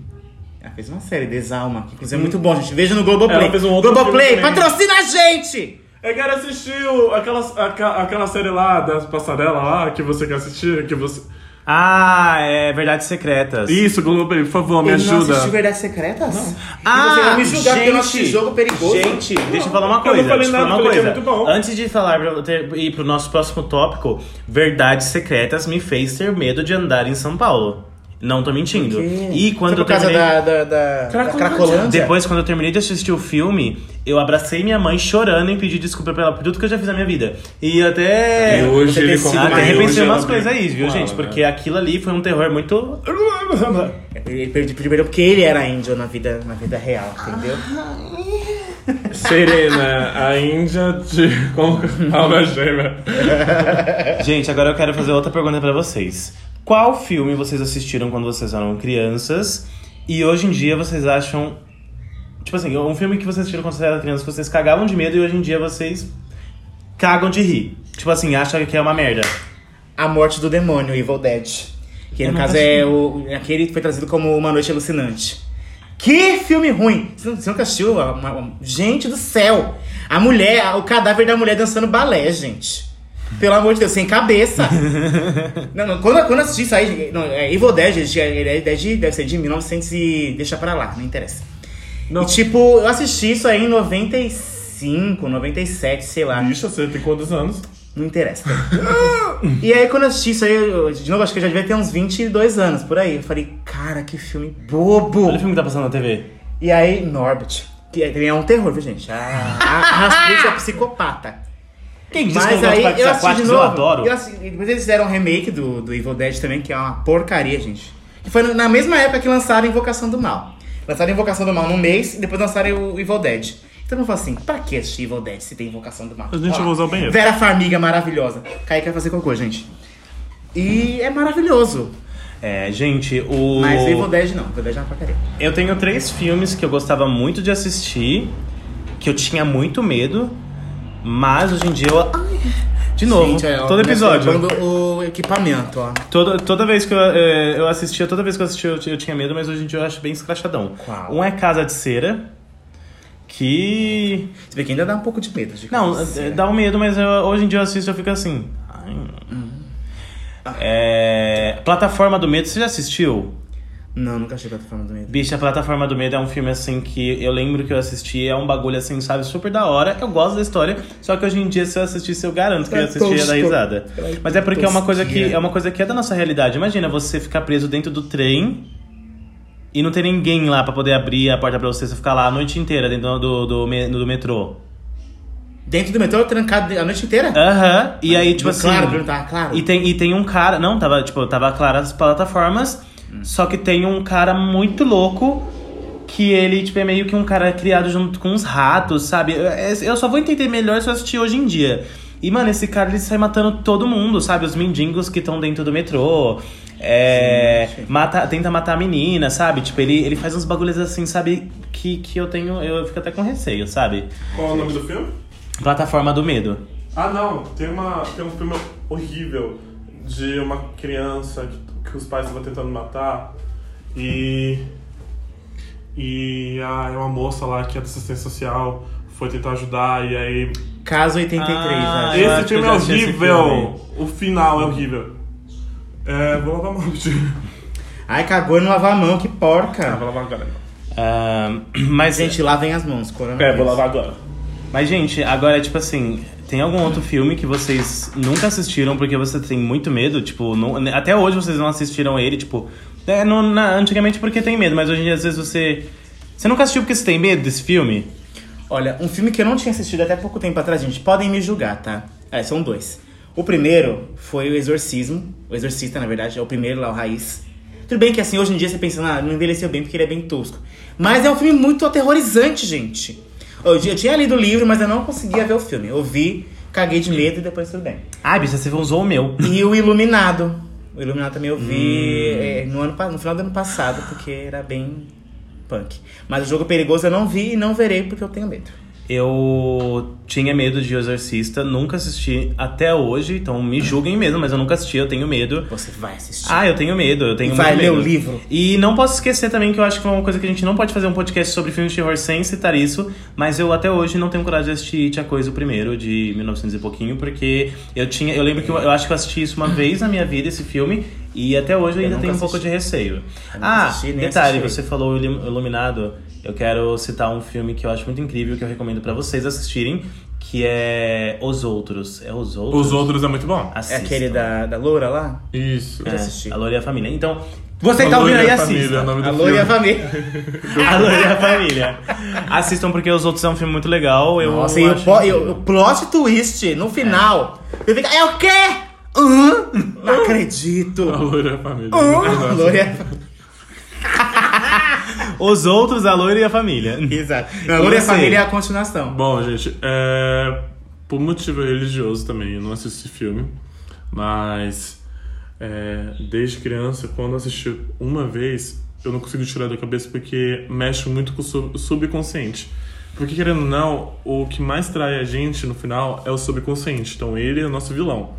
Ela fez uma série, Desalma, que inclusive é muito bom, gente. Veja no Globoplay. Ela fez um outro Globoplay, filme também. patrocina a gente! Eu quero assistir o- É, aquela, aca- aquela série lá das passarelas lá que você quer assistir, que você. Ah, é Verdades Secretas. Isso, Globoplay, por favor, me Ele não ajuda. assistiu Verdades é Secretas? Não. Ah, você vai me julgar porque eu não assisti gente, jogo perigoso. Gente, deixa eu falar eu uma não coisa. falei deixa eu nada, falar uma falei que coisa. é muito bom. Antes de falar pra eu ter, ir pro nosso próximo tópico, verdades secretas me fez ter medo de andar em São Paulo. Não tô mentindo. E quando Foi eu por causa terminei, da, da, da, da Cracolândia. Cracolândia? depois quando eu terminei de assistir o filme, eu abracei minha mãe chorando e pedi desculpa pela por tudo que eu já fiz na minha vida. E até E hoje É, você ter ele "Ah, sido- confia, até e hoje repensei ela umas coisas briga aí, viu, com ela, gente? né? Porque aquilo ali foi um terror muito Ele perdeu primeiro porque ele era índio na vida, na vida real, entendeu? Serena, a Índia de como alma gêmea. Gente, agora eu quero fazer outra pergunta pra vocês. Qual filme vocês assistiram quando vocês eram crianças e hoje em dia vocês acham. Tipo assim, um filme que vocês assistiram quando vocês eram crianças que vocês cagavam de medo e hoje em dia vocês cagam de rir. Tipo assim, acham que é uma merda. A Morte do Demônio, Evil Dead. Que Eu no não caso é o, aquele que foi trazido como Uma Noite Alucinante. Que filme ruim! Você, não- você nunca assistiu? A- uma- uma- gente do céu! A mulher, a- o cadáver da mulher dançando balé, gente. Pelo amor de Deus, sem cabeça. não, não, quando, quando eu assisti isso aí, não, é Evil Dead, gente, é, é, é de- deve ser de 1900 e... Deixa pra lá, não interessa. Não. E tipo, eu assisti isso aí em 95, 97, sei lá. Bicha, você tem quantos anos? Não interessa. e aí, quando eu assisti isso aí, eu- de novo, acho que eu já devia ter uns 22 anos, por aí. Eu falei, cara, que filme bobo! Olha o filme que tá passando na TV. E aí, Norbit, que é- também é um terror, viu, gente? A, a a Rasputin é psicopata. Quem disse que eu Mas gosto de aí, parques eu assisti de aquáticos? Eu novo. adoro. eu assisti- e depois eles fizeram um remake do, do Evil Dead também, que é uma porcaria, gente. Que foi na mesma época que lançaram Invocação do Mal. Lançaram Invocação do Mal num mês e depois lançaram o Evil Dead. Então eu falo assim, pra que assistir Evil Dead se tem Invocação do Mal? A gente Ó, vai usar o banheiro. Vera Farmiga maravilhosa. Kaique vai fazer cocô, gente. E é maravilhoso. É, gente, o. Mas o Evil Dead não, o Evil Dead é uma porcaria. Eu tenho três filmes que eu gostava muito de assistir, que eu tinha muito medo, mas hoje em dia eu. Ai, De novo, Gente, olha, ó, todo episódio. quando O equipamento, ó. Toda, toda vez que eu, eh, eu assistia, toda vez que eu assistia eu, ti- eu tinha medo, mas hoje em dia eu acho bem escrachadão. Qual? Um é Casa de Cera, que. Se bem que ainda dá um pouco de medo. De Não, coisa. eh, dá um medo, mas eu- hoje em dia eu assisto e eu fico assim. Ai. Hum. É, Plataforma do Medo, você já assistiu? Não, nunca achei que eu tô falando do medo. Bicha, a Plataforma do Medo é um filme assim que eu lembro que eu assisti, é um bagulho assim, sabe, super da hora. Eu gosto da história, só que hoje em dia se eu assistisse, eu garanto que eu ia assistir e ia dar risada. Mas é porque é uma coisa que é uma coisa que é da nossa realidade. Imagina você ficar preso dentro do trem e não ter ninguém lá pra poder abrir a porta pra você, você ficar lá a noite inteira dentro do, do, me- do metrô. Dentro do metrô, trancado a noite inteira? Aham. E aí tipo Não, assim, Claro, Bruno, tava claro. e tem, e tem um cara. Não, tava, tipo, tava claro as plataformas. Só que tem um cara muito louco que ele, tipo, é meio que um cara criado junto com uns ratos, sabe? Eu- é, Eu só vou entender melhor se eu assistir hoje em dia. E, mano, esse cara ele sai matando todo mundo, sabe? Os mendigos que estão dentro do metrô. É, mata, tenta matar a menina, sabe? Tipo, ele, ele faz uns bagulhos assim, sabe? Que, que eu tenho. Eu fico até com receio, sabe? Qual é o nome do filme? Plataforma do medo. Ah, não. Tem, uma, tem um filme horrível de uma criança que, que os pais vão tentando matar. E. E ah, é uma moça lá que é da assistência social foi tentar ajudar. E aí. Caso 83, Ah, né? eu esse acho que eu filme já é assisti esse horrível! O final é horrível. É, vou lavar a mão, gente. Ai, cagou e não lavar a mão, que Ah, porca. vou lavar agora. Ah, mas, Gente, lavem as mãos, coronavírus. É, vou lavar agora. Mas, gente, agora, tipo assim, tem algum outro filme que vocês nunca assistiram porque você tem muito medo? Tipo, não- até hoje vocês não assistiram ele, tipo. é, no- na- antigamente porque tem medo, mas hoje em dia às vezes você. Você nunca assistiu porque você tem medo desse filme? Olha, um filme que eu não tinha assistido até pouco tempo atrás, gente, podem me julgar, tá? É, são dois. O primeiro foi o Exorcismo. O Exorcista, na verdade, é o primeiro lá, o Raiz. Tudo bem que assim, hoje em dia você pensa, ah, não envelheceu bem porque ele é bem tosco. Mas é um filme muito aterrorizante, gente. Eu, eu tinha lido o livro, mas eu não conseguia ver o filme. Eu vi, caguei de medo e depois tudo bem. Ai, bicha, Ah, você usou o meu. E o Iluminado. O Iluminado também eu vi eh, no, ano, pa- no final do ano passado, porque era bem punk. Mas o Jogo Perigoso eu não vi e não verei porque eu tenho medo. Eu tinha medo de O Exorcista, nunca assisti até hoje, então me julguem mesmo, mas eu nunca assisti, eu tenho medo. Você vai assistir. Ah, eu tenho medo, eu tenho Vai muito ler medo. o livro. E não posso esquecer também que eu acho que é uma coisa que a gente não pode fazer um podcast sobre filmes de terror sem citar isso, mas eu até hoje não tenho coragem de assistir It, a Coisa, o primeiro, de 1900 e pouquinho, porque eu tinha, eu lembro que eu, eu acho que eu assisti isso uma vez na minha vida, esse filme, e até hoje eu, Eu ainda nunca tenho um assisti. pouco de receio. Eu nunca Ah, assisti, nem detalhe, você assisti. falou Ilu- Iluminado, eu quero citar um filme que eu acho muito incrível, que eu recomendo pra vocês assistirem, que é Os Outros. É Os Outros? Os outros é muito bom. é Assistam. aquele da, da loura lá? Isso. já assisti. É, a Loura e a Família. Então, você que tá A Loira ouvindo aí, e a Família, assista. é o nome do A loura e a filme. família. A Loira e a Família. Assistam porque os outros é um filme muito legal. Eu Nossa, e o, acho po- e incrível. o- o plot twist no final. Eu fico, é o quê? Hã? Não acredito. A loira é a família. Hã? Loura e a família. Os outros, a loira e a família. Exato. E Loura e a você? Família é a continuação. Bom, gente, é, por motivo religioso também, eu não assisti filme, mas é, desde criança, quando assisti uma vez, eu não consigo tirar da cabeça porque mexe muito com o sub- subconsciente. Porque, querendo ou não, o que mais trai a gente no final é o subconsciente. Então, ele é o nosso vilão.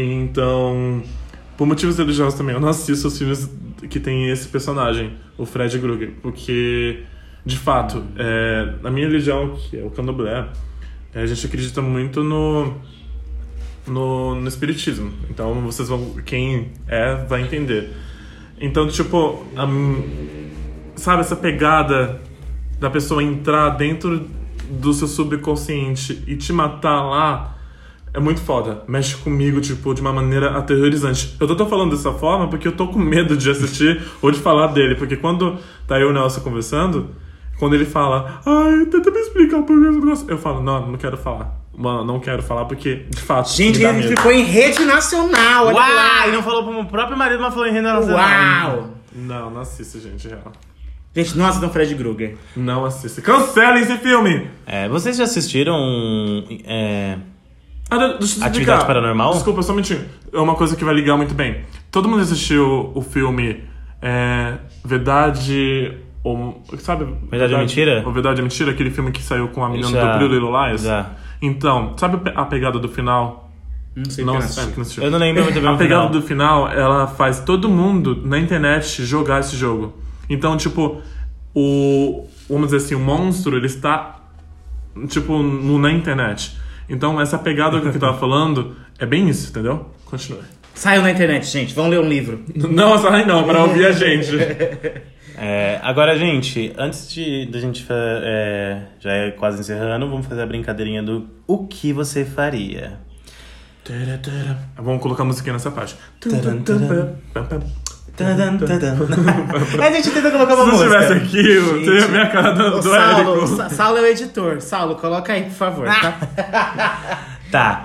Então, por motivos religiosos também, eu não assisto os filmes que tem esse personagem, o Fred Krueger, porque, de fato, é, na minha religião, que é o candomblé, é, a gente acredita muito no, no, no espiritismo. Então, vocês vão, quem é, vai entender. Então, tipo, a m- sabe essa pegada da pessoa entrar dentro do seu subconsciente e te matar lá é muito foda. Mexe comigo, tipo, de uma maneira aterrorizante. Eu tô, tô falando dessa forma porque eu tô com medo de assistir ou de falar dele. Porque quando tá eu e o Nelson conversando, quando ele fala, ai, tenta me explicar por que esse negócio", Eu falo, não, não quero falar. Mano, não quero falar porque, de fato. Gente, me dá ele medo. ficou em rede nacional. Olha lá. Uau! E não falou pro meu próprio marido, mas falou em renda nacional. Uau! Não, não assista, gente, é real. Gente, não assistam Fred Krueger. Não assista. Cancelem esse filme! É, vocês já assistiram. É, Ah, de- deixa eu explicar. Atividade Paranormal? Desculpa, só um minutinho. É uma coisa que vai ligar muito bem. Todo mundo assistiu o filme é, Verdade ou... Sabe? Verdade, ou Mentira? Ou Verdade ou Mentira, aquele filme que saiu com a menina Já, do Pretty Little Lies. já. Então, sabe a pe- a pegada do final? Não sei Não, quem é, assistiu. que não assistiu. eu não lembro muito bem A o final. pegada do final, ela faz todo mundo na internet jogar esse jogo. Então, tipo, o. Vamos dizer assim, o monstro, ele está. Tipo, no- na internet. Então, essa pegada que eu tava falando é bem isso, entendeu? Continue. Saiu na internet, gente. Vão ler um livro. Não, sai não, pra ouvir a gente. É, agora, gente, antes de da gente fa- é, já é quase encerrando, vamos fazer a brincadeirinha do o que você faria. Tara, tara. Vamos colocar a musiquinha nessa parte. Taran, taran. Tadam, tadam. a gente tenta colocar Se uma não música. estivesse aqui, eu Gente. teria a minha cara do, Ô, do Saulo, Érico. Sa- Saulo é o editor. Saulo, coloca aí, por favor. tá? Tá.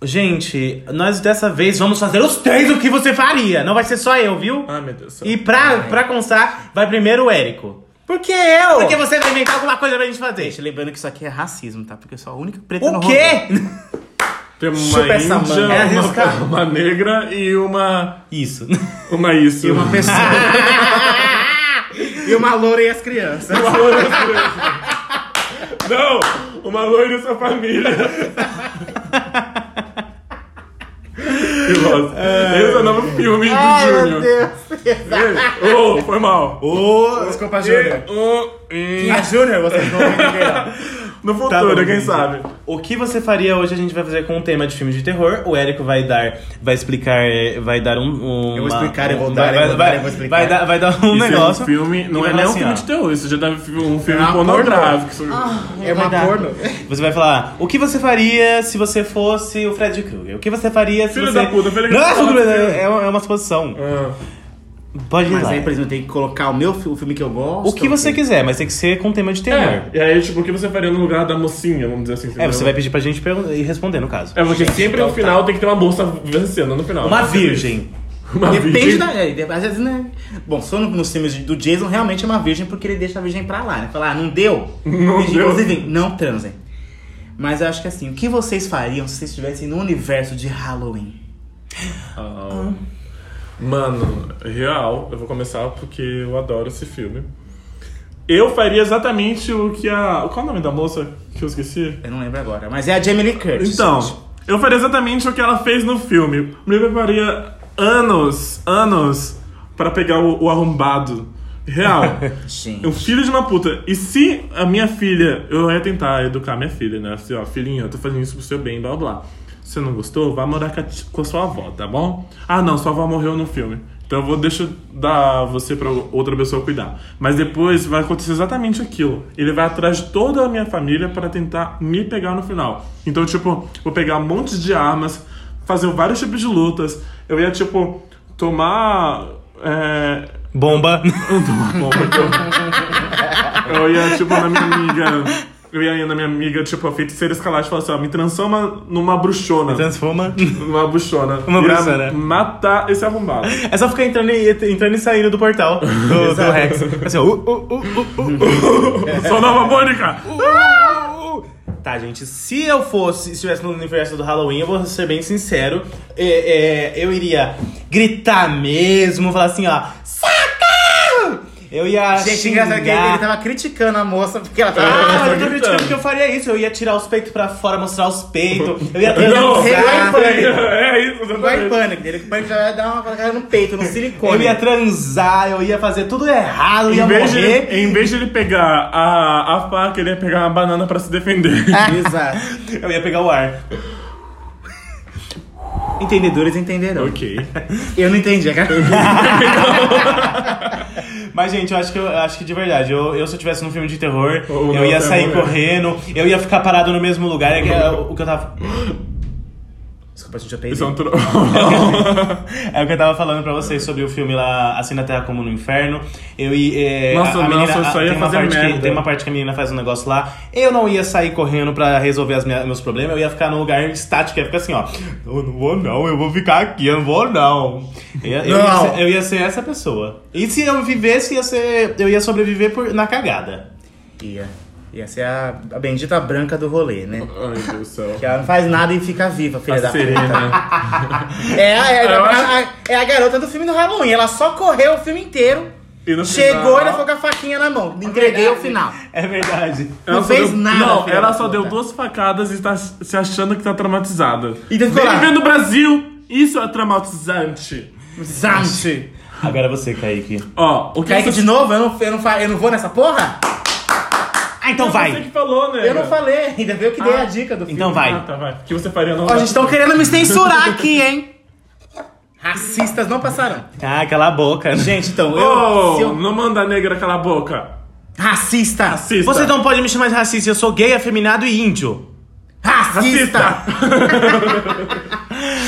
Gente, nós dessa vez vamos fazer os três o que você faria. Não vai ser só eu, viu? Ah, meu Deus. do céu. E pra, pra constar, vai primeiro o Érico. Por que eu? Porque você vai inventar alguma coisa pra gente fazer. Gente, lembrando que isso aqui é racismo, tá? Porque eu sou a única preta O no quê? Tem uma Chupa essa índia, manga. É uma, arriscado. uma negra e uma... Isso. Uma isso. Uma pessoa. e uma loura e as crianças. Uma loira surpresa. Não! Uma loira e sua família. Que bosta. Esse é o novo filme do Júnior. Deus. Ei, Ô, foi mal. Ô, Desculpa, Júnior. E, ô, e- Quem é Júnior? Vocês não vão entender. ó. No Tá futuro, bom, quem gente. sabe? O que você faria hoje a gente vai fazer com um tema de filme de terror. O Érico vai dar, vai explicar, eh, vai dar um. um Eu vou uma- explicar, eu vou um- dar, vai- eu vou vai- dar, eu vou explicar. Vai dar, vai dar um Isso negócio. É um filme, não e é vai nem um assim, filme ó. de terror, isso já tá um filme É uma pornográfico. É uma porno. Você Ah, vai falar, "Ah, o que você faria se você fosse o Fred Krueger? O que você faria se Filho você... da puta, filho Não, da é, puta. é uma, é uma suposição. Ah. Pode ir Mas lá. aí, por exemplo, eu tenho que colocar o meu fi- o filme que eu gosto. O que você quiser, mas tem que ser com tema de terror. É, e aí, tipo, o que você faria no lugar da mocinha, vamos dizer assim? É, entendeu? você vai pedir pra gente pergun- e responder, no caso. É, porque sempre no final tem que ter uma bolsa vencendo no final. Uma virgem. Uma Depende virgem. da. é, de- Às vezes, né? Bom, só no- nos filmes do Jason realmente é uma virgem porque ele deixa a virgem pra lá, né? Falar, ah, não deu? Não Virgem, deu. Inclusive, não transem. Mas eu acho que assim, o que vocês fariam se vocês estivessem no universo de Halloween? Ah. Mano, real, eu vou começar porque eu adoro esse filme. Eu faria exatamente o que a. Qual é o nome da moça que eu esqueci? Eu não lembro agora, mas é a Jamie Lee Curtis. gente. Então, eu faria exatamente o que ela fez no filme. Me prepararia anos, anos pra pegar o, o arrombado. Real. Gente. Um filho de uma puta. E se a minha filha. Eu ia tentar educar minha filha, né? Assim, ó, filhinha, eu tô fazendo isso pro seu bem, blá blá, blá. Se você não gostou, vá morar com a, ti- com a sua avó, tá bom? Ah, não, sua avó morreu no filme. Então eu vou deixar dar você pra outra pessoa cuidar. Mas depois vai acontecer exatamente aquilo. Ele vai atrás de toda a minha família pra tentar me pegar no final. Então, tipo, vou pegar um monte de armas, fazer vários tipos de lutas. Eu ia, tipo, tomar. É, Bomba. Bom, porque eu- eu ia, tipo, na minha amiga eu e a Ana, minha amiga, tipo, a feiticeira escalada, falou assim: ó, me transforma numa bruxona. Transforma. Uma bruxona. Uma E braba, assim, né? Matar esse arrombado. É só ficar entrando e, entrando e saindo do portal do, do Rex. Assim, ó, uh, uh, uh, uh, uh, Sou nova Mônica! uh, uh. Tá, gente, se eu fosse, se estivesse no universo do Halloween, eu vou ser bem sincero, é, é, eu iria gritar mesmo, falar assim, ó, saca! Eu ia Gente, é xingar. engraçado que ele tava criticando a moça porque ela tava. Ah, eu tô gritando. acreditando que eu faria isso. Eu ia tirar os peitos pra fora, mostrar os peitos. Eu ia Não, sei lá, transar. então. é, é isso, Vai em exatamente. pânico dele, que o pânico já vai dar uma colocada no peito, no Eu silicone. ia transar, eu ia fazer tudo errado, eu ia Em vez, de morrer. ele, em vez de ele pegar a, a faca, ele ia pegar uma banana pra se defender. Ah. Exato. Eu ia pegar o ar. Entendedores entenderão. ok. Eu não entendi, cara. Mas, gente, eu acho que, eu, eu acho que de verdade, eu, eu se eu tivesse num filme de terror, Ou eu não, ia até sair morrer. correndo, eu ia ficar parado no mesmo lugar. É que é o que eu tava. Desculpa, gente, eu Isso é um peidei. tro... É o que eu tava falando pra vocês sobre o filme lá, Assim na Terra como no Inferno. Eu ia. é, Nossa, a, a nossa, menina, eu só a- ia tem uma fazer parte que- merda. tem uma parte que a menina faz um negócio lá. Eu não ia sair correndo pra resolver as minha- meus problemas. Eu ia ficar num lugar estático. Eu ia ficar assim, ó. Eu não vou, não. Eu vou ficar aqui. Eu não vou, não. Eu, ia- eu Ia, Não. ser, eu ia ser essa pessoa. E se eu vivesse, ia ser, eu ia sobreviver por, na cagada. Ia. Ia ser a, a bendita branca do rolê, né? Ai, Deus do céu. Que ela não faz nada e fica viva, filha A da Serena. puta. É a, é, a- Eu acho- a- é a garota do filme do Halloween. Ela só correu o filme inteiro, E no chegou final- e ela foi com a faquinha na mão. Entreguei o final. É verdade. Ela Não só fez deu- nada, Não, filha ela da só puta. deu duas facadas e tá se achando que tá traumatizada. E tem que Vem falar. viver no Brasil, isso é traumatizante. Zante. Agora você, Kaique. Ó, o que Kaique essa- de novo? Eu não, eu, não, fa- eu não vou nessa porra? Ah, então Você que vai! falou, né? Eu não falei. Ainda veio que dei a dica do filme. Então vai. Ah, tá, vai. O que você faria não Ó, gente, estão querendo me censurar aqui, hein? Racistas não passarão. Ah, cala a boca. Gente, então, eu. Ô, se eu- não manda a negra cala a boca. Racista! Assista. é Você não pode me chamar de racista. Eu sou gay, afeminado e índio. Racista! Racista.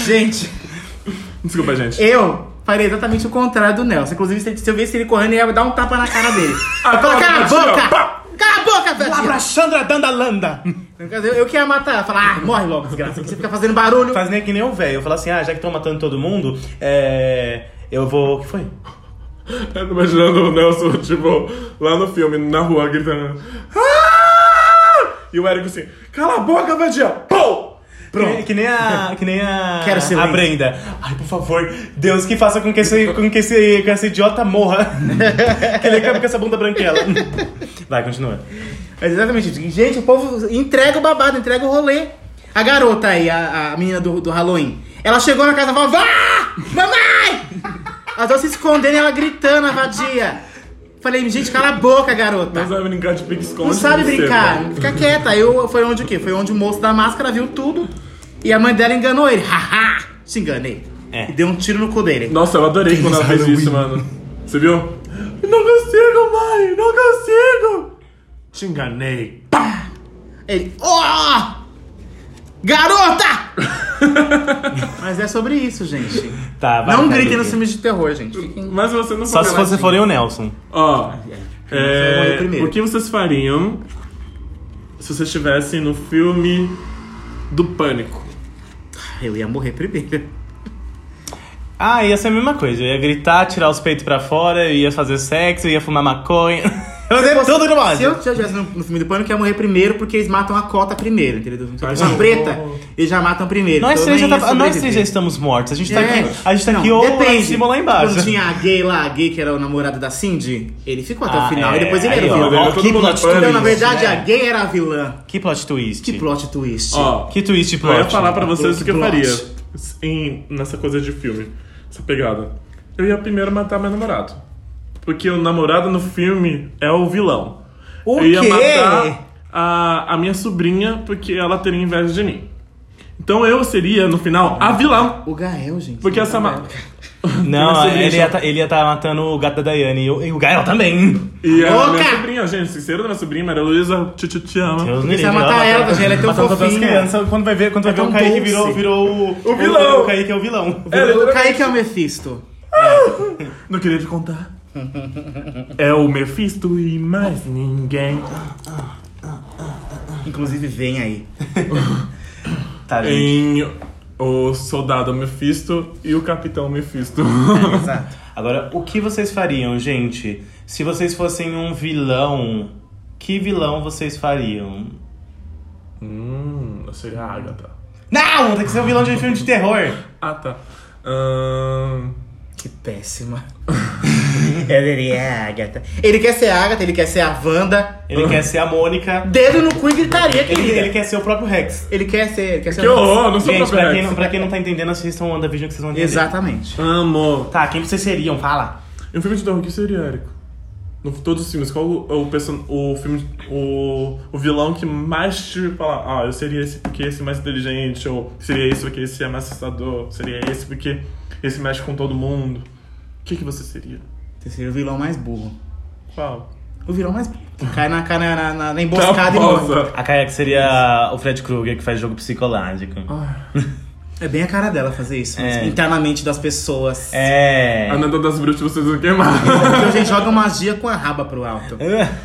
Gente, Desculpa, gente. eu faria exatamente o contrário do Nelson. Inclusive, se- se eu visse ele correndo, eu ia dar um tapa na cara dele. Eu ia falar, cala a Brasil, boca! pá!" Cala a boca, Lá pra Brasil! Chandra Dandalanda. Eu, eu que ia matar ela. Falar, ah, morre logo, desgraça. que Você fica fazendo barulho. Faz nem que nem o velho. Eu falo assim, ah, já que estão matando todo mundo, é... Eu vou... O que foi? Eu tô imaginando o Nelson, tipo, lá no filme, na rua, gritando. "Ah!" E o Érico assim, cala a boca, vadia! Pô! Que, que nem a... Que nem a... Quero um silêncio. a Brenda. Ai, por favor, Deus, que faça com que esse, com que esse, com esse idiota morra. que ele acabe com essa bunda branquela. Vai, continua. Mas É exatamente isso. Gente, o povo entrega o babado, entrega o rolê. A garota aí, a, a menina do, do Halloween, ela chegou na casa e falou: Vá! Mamãe! As duas se escondendo e ela gritando, a vadia. Falei, gente, cala a boca, garota. Não sabe brincar de pique-esconde. Não sabe você, brincar, mano. fica quieta. Aí eu, foi onde o quê? Foi onde o moço da máscara viu tudo e a mãe dela enganou ele. Haha! Te enganei. É. E deu um tiro no cu dele. Nossa, eu adorei quando ela fez isso, mano. Você viu? Não consigo, mãe! Não consigo! Te enganei. Ele, ó! garota! Mas é sobre isso, gente. Tá, vai. não Kaique. gritem nos filmes de terror, gente. Fiquem... Mas você não Só foi se lá. assim. você forem o Nelson. Ó, eu é, vou primeiro. o que vocês fariam se vocês estivessem no filme do Pânico? Eu ia morrer primeiro. Ah, ia ser a mesma coisa. Eu ia gritar, tirar os peitos pra fora, eu ia fazer sexo, eu ia fumar maconha. Eu ia fazer tudo que eu Se eu já estivesse no, no filme do pânico, eu ia morrer primeiro porque eles matam a cota primeiro, entendeu? Então, Mas uma não. preta, eles já matam primeiro. Nós então eu três, já nem ia tá- nós três sobreviver. já estamos mortos. A gente tá É. aqui, a gente tá Não, aqui ou lá em depende. cima ou lá embaixo. Quando tinha a gay lá, a gay que era o namorado da Cindy, ele ficou até Ah, o final é, e depois ele aí, era o ó, vilão. ó, Todo que mundo plot na twist. Então, na verdade, né? a gay era a vilã. Que plot twist. Que plot twist. Ó, Que twist plot. eu ia falar pra vocês o que eu Plot. faria em, nessa coisa de filme, essa pegada. Eu ia primeiro matar meu namorado. Porque o namorado no filme é o vilão. O eu ia quê? matar a, a minha sobrinha porque ela teria inveja de mim. Então eu seria, no final, a vilã. O Gael, gente. né? Porque essa. ma- Não, Minha sobrinha ele ia, chama- tá, ele ia tá matando o gato da Daiane e o, e o Gael também. E a minha Louca! sobrinha, gente, sincero da minha sobrinha, Maria Luísa, te, te, te ama. Deus me Porque você livre, vai matar ela, gente, ela é tão matando todas as fofinha. crianças. Quando vai ver, quando vai É ver tão o Kaique virou, doce. virou o, O vilão. O, o Kaique é o vilão. É, O literalmente. Kaique é o Mephisto. Não queria te contar. É o Mephisto e mais ninguém. Inclusive, vem aí. Tá, gente. Em o soldado Mephisto e o capitão Mephisto. É, exato. Agora, o que vocês fariam, gente? Se vocês fossem um vilão, que vilão vocês fariam? hum, eu seria a Agatha. Não! Tem que ser um vilão de filme de terror! Ah, tá. Ahn, Que péssima. Ela iria a Agatha. Ele quer ser a Agatha, ele quer ser a Wanda. Ele quer ser a Mônica. Dedo no cu e gritaria, Uhum. Ele, querida. ele quer ser o próprio Rex. Ele quer ser. Ele quer ser que horror, não sou Gente, pra quem, não, próprio pra quem não tá entendendo, assistam o WandaVision que vocês vão entender. Exatamente. Amo. Tá, quem vocês seriam? Fala. E um filme de terror que seria, Érico? No todos os filmes, qual o, o, person- o filme. de- O, o vilão que mais te fala, ah, eu seria esse porque esse é mais inteligente, ou seria esse porque esse é mais assustador, seria esse porque esse mexe com todo mundo. O que, que você seria? Você seria o vilão mais burro. Qual? O vilão mais burro. Cai na, cai na, na- na- na emboscada e Taposa. morre. A Kayak seria o Fred Krueger que faz jogo psicológico. Ai, É bem a cara dela fazer isso. É. Internamente das pessoas. É. A nada das bruxas vocês vão queimar. Porque a gente joga magia com a raba pro alto. É. Por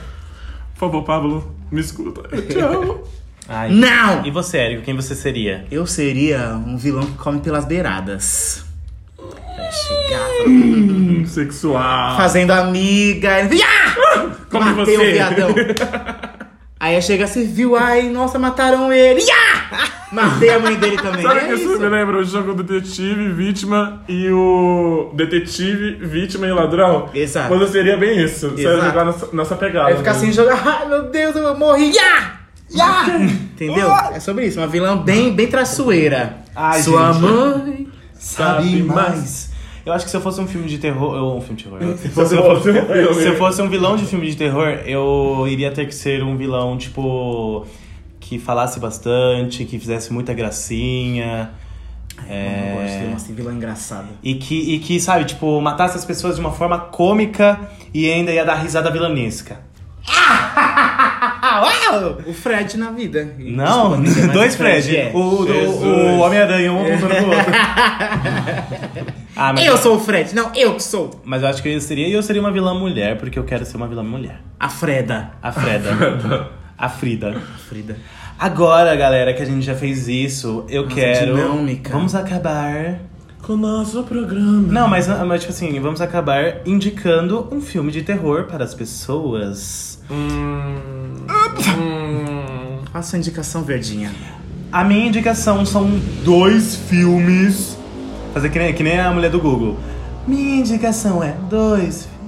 favor, Pablo, me escuta. Eu te amo. Ai. Não! E você, Érico, quem você seria? Eu seria um vilão que come pelas beiradas. Vai chegar Hum, Sexual. Ah. fazendo amiga. ele- Ah! Come Matei você. o viadão. Aí chega assim, viu? Ai, nossa, mataram ele. Ah! Matei a mãe dele também. Sabe É que né? isso isso. me lembra o jogo Detetive, Vítima e o Detetive, Vítima e Ladrão? Exato. Mas eu seria bem isso. Seria Exato. jogar nessa, nessa pegada. né? Aí fica assim, joga. Ai, meu Deus, eu morri. Ah! Ah! Entendeu? É sobre isso. Uma vilã bem, bem traçoeira. Ai, Sua gente. mãe. Sabe mais. Eu acho que se eu fosse um filme de terror. Eu, um filme de terror. Se fosse um filme. se eu fosse um vilão de filme de terror, eu iria ter que ser um vilão, tipo. Que falasse bastante, que fizesse muita gracinha. Eu gosto de É... uma assim, vilã engraçada. E que, e que, sabe, tipo, matasse as pessoas de uma forma cômica e ainda ia dar risada vilanesca. O Fred na vida. E, Não, desculpa, amiga, mas dois o Fred Fred. é. O, o, o Jesus. Homem-Aranha, um apontando pro outro. ah, mas Eu sou o Fred, não, eu que sou Mas eu acho que eu seria, e eu seria uma vilã mulher, porque eu quero ser uma vilã mulher. a Freda. A Freda. a Frida. A Frida. Agora, galera, que a gente já fez isso, eu Nossa, quero. dinâmica. Vamos acabar. Com o nosso programa. Não, mas, mas tipo assim, vamos acabar indicando um filme de terror para as pessoas. Hum, hum. Faça a indicação verdinha. A minha indicação são dois filmes. Fazer que nem, que nem a mulher do Google. Minha indicação é dois filmes.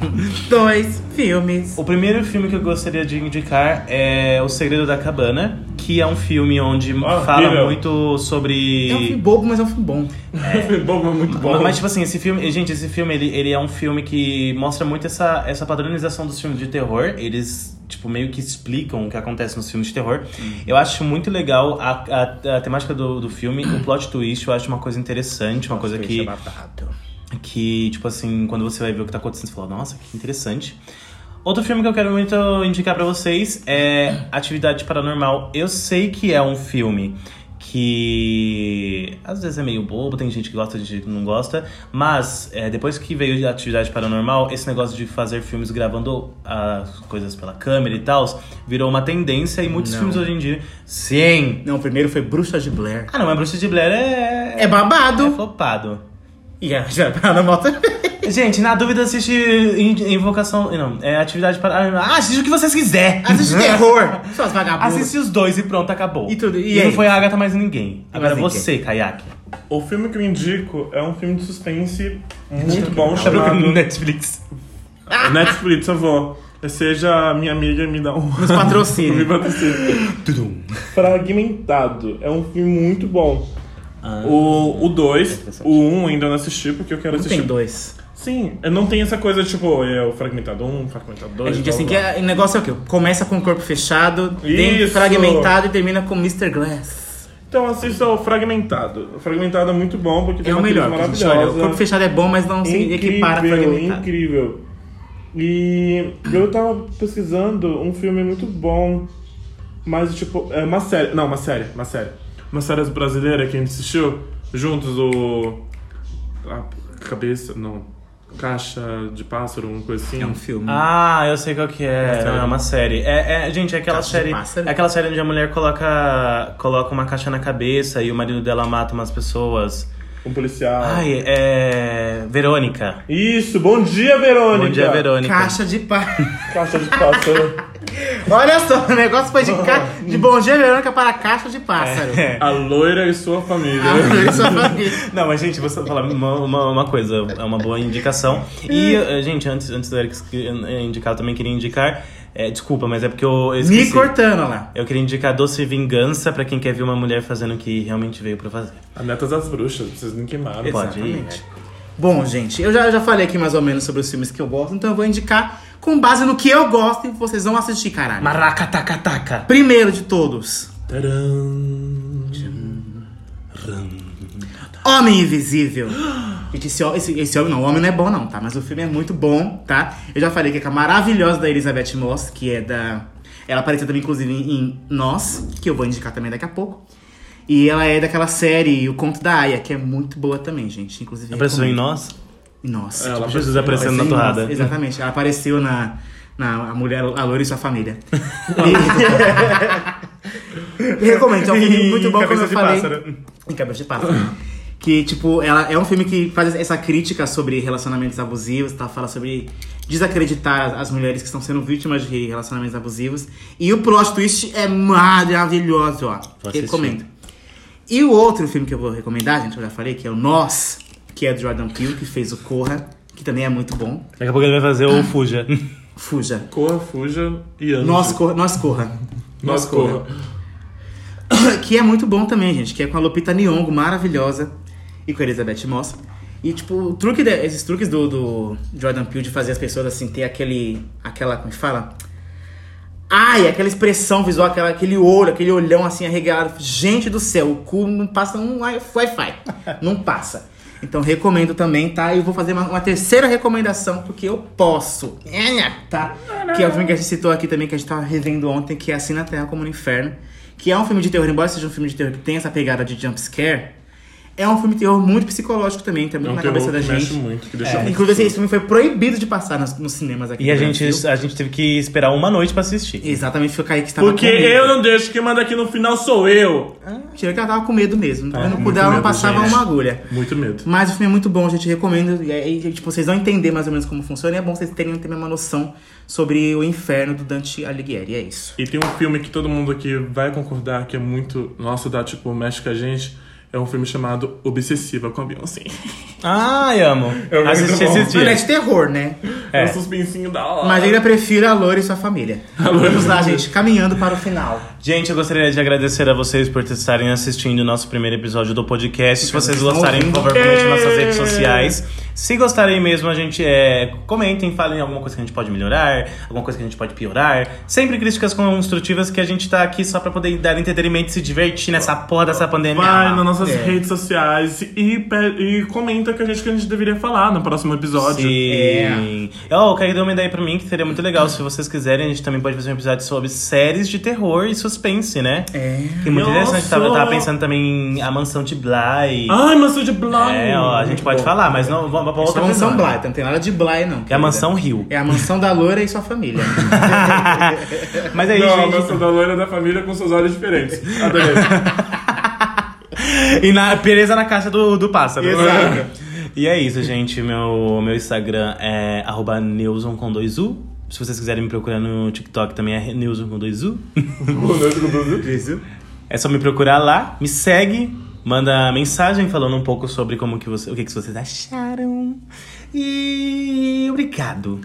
Dois filmes. O primeiro filme que eu gostaria de indicar é O Segredo da Cabana, que é um filme onde Ah, fala horrível. muito sobre. É um filme bobo, mas é um filme bom. Bom, mas muito bom. Mas, mas, tipo assim, esse filme. Gente, esse filme ele, ele é um filme que mostra muito essa, essa padronização dos filmes de terror. Eles, tipo, meio que explicam o que acontece nos filmes de terror. Uhum. Eu acho muito legal a, a, a temática do, do filme, o plot twist, eu acho uma coisa interessante, uma coisa é é que. que, tipo assim, quando você vai ver o que tá acontecendo, você fala, nossa, que interessante. Outro filme que eu quero muito indicar pra vocês é Atividade Paranormal. Eu sei que é um filme que às vezes é meio bobo, tem gente que gosta, tem gente que não gosta, mas é, depois que veio a Atividade Paranormal, esse negócio de fazer filmes gravando as coisas pela câmera e tal, virou uma tendência e muitos Não. filmes hoje em dia. Sim! Não, o primeiro foi Bruxa de Blair. Ah, não, mas Bruxa de Blair é. É babado. é flopado. E a Jabana Mota também. Gente, na dúvida, assiste in- Invocação. Não, é atividade para. Ah, assiste o que vocês quiser. Assiste terror. Suas vagabundas. Assiste os dois e pronto, acabou. E tudo, e não aí? Ah, foi a Agatha mais ninguém. Agora ninguém. você, Kayak. O filme que eu indico é um filme de suspense muito bom um chamado Tá Netflix. Netflix, avó. Seja minha amiga e me dá um. Nos me patrocínios. patrocina. Tudum. Fragmentado. É um filme muito bom. O 2, o 1 um ainda não assisti, porque eu quero Ah. Não tem assistir. dois. Sim, eu não tem essa coisa tipo, é o fragmentado 1, um, fragmentado 2. A gente, assim, que é- o negócio é o quê? Começa com o corpo fechado, tem Isso. fragmentado e termina com Mr. Glass. Então assista o fragmentado. O fragmentado é muito bom, porque tem É o uma melhor. atriz porque, gente, olha, o corpo maravilhosa. fechado é bom, mas não se equipara a Incrível, fragmentado. incrível. E eu tava pesquisando um filme muito bom, mas tipo, é uma série. Não, uma série, uma série. Uma série brasileira que a gente assistiu juntos, o. A cabeça, não. Caixa de Pássaro, alguma coisa assim. É um filme. Ah, eu sei qual que é. É Não, é uma série. É, é- gente, é aquela Caixa de né? série. pássaro? É aquela série onde a mulher coloca, coloca uma caixa na cabeça e o marido dela mata umas pessoas. Um policial. Ai, é. Verônica. Isso, bom dia, Verônica! Bom dia, Verônica. Caixa de pássaro. Caixa de Pássaro. Olha só, o negócio foi de, ca... de Bom Dia Verônica para Caixa de Pássaro. É. A loira e sua família. Ah, isso foi- Não, mas gente, vou só falar uma, uma, uma coisa, é uma boa indicação. E, eh, gente, antes, antes do Eric esque- eh, indicar, eu também queria indicar. eh, desculpa, mas é porque eu eu Me esqueci. cortando lá. Eu queria indicar Doce Vingança pra quem quer ver uma mulher fazendo o que realmente veio pra fazer. A Netas das Bruxas, vocês não queimaram. Pode ir. Exatamente. Bom, gente, eu já, já falei aqui mais ou menos sobre os filmes que eu gosto, então eu vou indicar com base no que eu gosto e vocês vão assistir, caralho. Maracatacataca. Primeiro de todos, Tcharam. Homem Invisível. Gente, esse, ho- esse, esse homem não, o homem não é bom não, tá? Mas o filme é muito bom, tá? Eu já falei que é com a maravilhosa da Elizabeth Moss, que é da... Ela apareceu também, inclusive, em Nós, que eu vou indicar também daqui a pouco. E ela é daquela série O Conto da Aya, que é muito boa também, gente. Inclusive, Apareceu em recomendo. nós? Em Nós. Ela Tipo, apareceu Jesus em aparecendo na Sim, torrada. nossa, Exatamente. Ela apareceu na, na a mulher, a loira e sua família. E... Recomendo, é um filme muito bom, como Cabeça eu de falei. pássaro. Em Cabeça de Pássaro. Que, tipo, ela é um filme que faz essa crítica sobre relacionamentos abusivos, tá? Fala sobre desacreditar as mulheres que estão sendo vítimas de relacionamentos abusivos. E o plot twist é maravilhoso, ó. assistir. Recomendo. E o outro filme que eu vou recomendar, gente, eu já falei, que é o Nós, que é do Jordan Peele, que fez o Corra, que também é muito bom. Daqui a pouco ele vai fazer o Fuja. Fuja. Corra, fuja e ande. Nós Corra. Nós Corra. Nós corra. Que é muito bom também, gente. Que é com a Lupita Nyong'o, maravilhosa. E com a Elizabeth Moss. E, tipo, o truque de- esses truques do, do Jordan Peele de fazer as pessoas, assim, ter aquele... Aquela, como é que fala? Ai, aquela expressão visual, aquela, aquele olho, aquele olhão, assim, arregalado. Gente do céu, o cu não passa um wi- Wi-Fi. Não passa. Então, recomendo também, tá? E vou fazer uma, uma terceira recomendação, porque eu posso. Tá? Que é o filme que a gente citou aqui também, que a gente tava revendo ontem, que é Assim na Terra como no Inferno. Que é um filme de terror, embora seja um filme de terror que tenha essa pegada de jumpscare, é um filme de terror muito psicológico também, tá É muito um na terror cabeça que da mexe gente. É. muito, que deixa muito. Inclusive, esse filme foi proibido de passar nas- nos, cinemas aqui. E a no gente, Brasil. a gente teve que esperar uma noite pra assistir. Exatamente, foi o Kaique que estava Porque com medo. eu não deixo, quem manda aqui no final sou eu. Tira que ela tava com medo mesmo. Então, no cu muito dela não medo, passava gente. uma agulha. Muito medo. Mas o filme é muito bom, gente. Recomendo. E aí, tipo, vocês vão entender mais ou menos como funciona. E é bom vocês terem também uma noção sobre o inferno do Dante Alighieri. É isso. E tem um filme que todo mundo aqui vai concordar que é muito. Nossa, dá tipo, mexe com a gente. É um filme chamado Obsessiva com a Beyoncé. Ai, amo. Eu Assisti muito bom. esses Mas é dias. de terror, né? É. É um suspensinho da hora. Mas eu ainda prefiro a Loura e sua família. Vamos lá, gente. Caminhando para o final. Gente, eu gostaria de agradecer a vocês por estarem assistindo o nosso primeiro episódio do podcast. Se vocês Estão gostarem, por ouvindo. favor, comentem nossas redes É. sociais. Se gostarem mesmo, a gente é, comentem, falem alguma coisa que a gente pode melhorar, alguma coisa que a gente pode piorar. Sempre críticas construtivas que a gente tá aqui só pra poder dar entretenimento e se divertir nessa porra dessa pandemia. Vai nas nossas É. redes sociais e, pe- e comenta o que a gente, que a gente deveria falar no próximo episódio. Sim. É. Ó, o Kaique deu uma ideia pra mim que seria muito legal. Se vocês quiserem, a gente também pode fazer um episódio sobre séries de terror e suspense, né? É. Que é muito Nossa! Ah. interessante. Tava, eu tava pensando também em A Mansão de Bly. Ai, mansão de Blau! é, ó, a gente pode bom. falar, mas não, vamos pra Só outra a mansão episódio. Bly, então não tem nada de Bly, não. É querida. a Mansão Rio. É a mansão da Loura e sua família. mas é isso, Não, a gente. mansão da loira da família com seus olhos diferentes. Adorei. E na pereza na caixa do, do pássaro. Exato. E é isso, gente. Meu, meu Instagram é arroba Neuson com dois U. Se vocês quiserem me procurar no TikTok também é Neuson com dois U. Boa noite, Bruno. É só me procurar lá, me segue, manda mensagem falando um pouco sobre como que você, o que, que vocês acharam. E obrigado.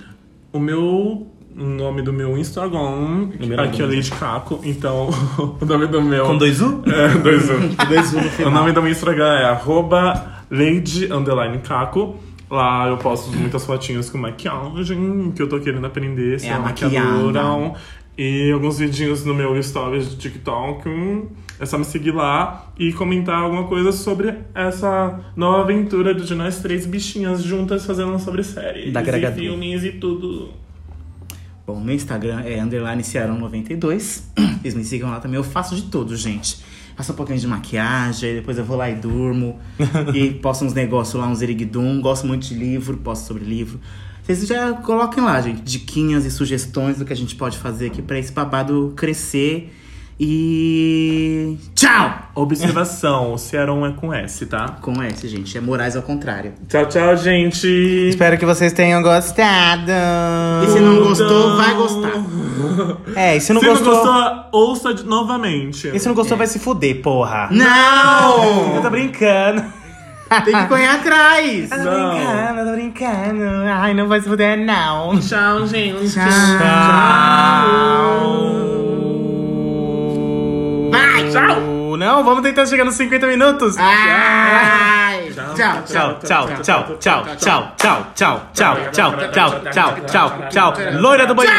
O meu o nome do meu Instagram, Número aqui é dois. Lady Caco, então o nome do meu. Com dois U? É, dois um. O nome do meu Instagram é arroba Lady Underline Caco. Lá eu posto muitas fotinhas com maquiagem, que eu tô querendo aprender, ser É a uma maquiada. maquiadora. E alguns vidinhos no meu stories de TikTok. Hum, É só me seguir lá e comentar alguma coisa sobre essa nova aventura de nós três bichinhas juntas fazendo sobre séries Da e Gragadura. filmes e tudo. Bom, meu Instagram é underline Cearão92. Vocês me sigam lá também. Eu faço de tudo, gente. passo um pouquinho de maquiagem, depois eu vou lá e durmo. e posto uns negócios lá, uns erigdum. Gosto muito de livro, posto sobre livro. Vocês já coloquem lá, gente, diquinhas e sugestões do que a gente pode fazer aqui pra esse babado crescer. E. Tchau! Observação, o Cearão é com S, tá? Com S, gente. É Moraes ao contrário. Tchau, tchau, gente! Espero que vocês tenham gostado. E se não gostou, vai gostar. É, e se não Se gostou. ouça de- novamente. E se não gostou, vai se fuder, porra. Não! Eu tô brincando. Tem que correr atrás! Eu tô brincando, eu tô brincando. Ai, não vai se fuder, não. Tchau, gente! Vai! Tchau! Não, vamos tentar chegar nos 50 minutos. Ai! Tchau, Tchau, Tchau, tchau, tchau, tchau, tchau, tchau, tchau, tchau, tchau, tchau, tchau, tchau, tchau. Loira do banheiro.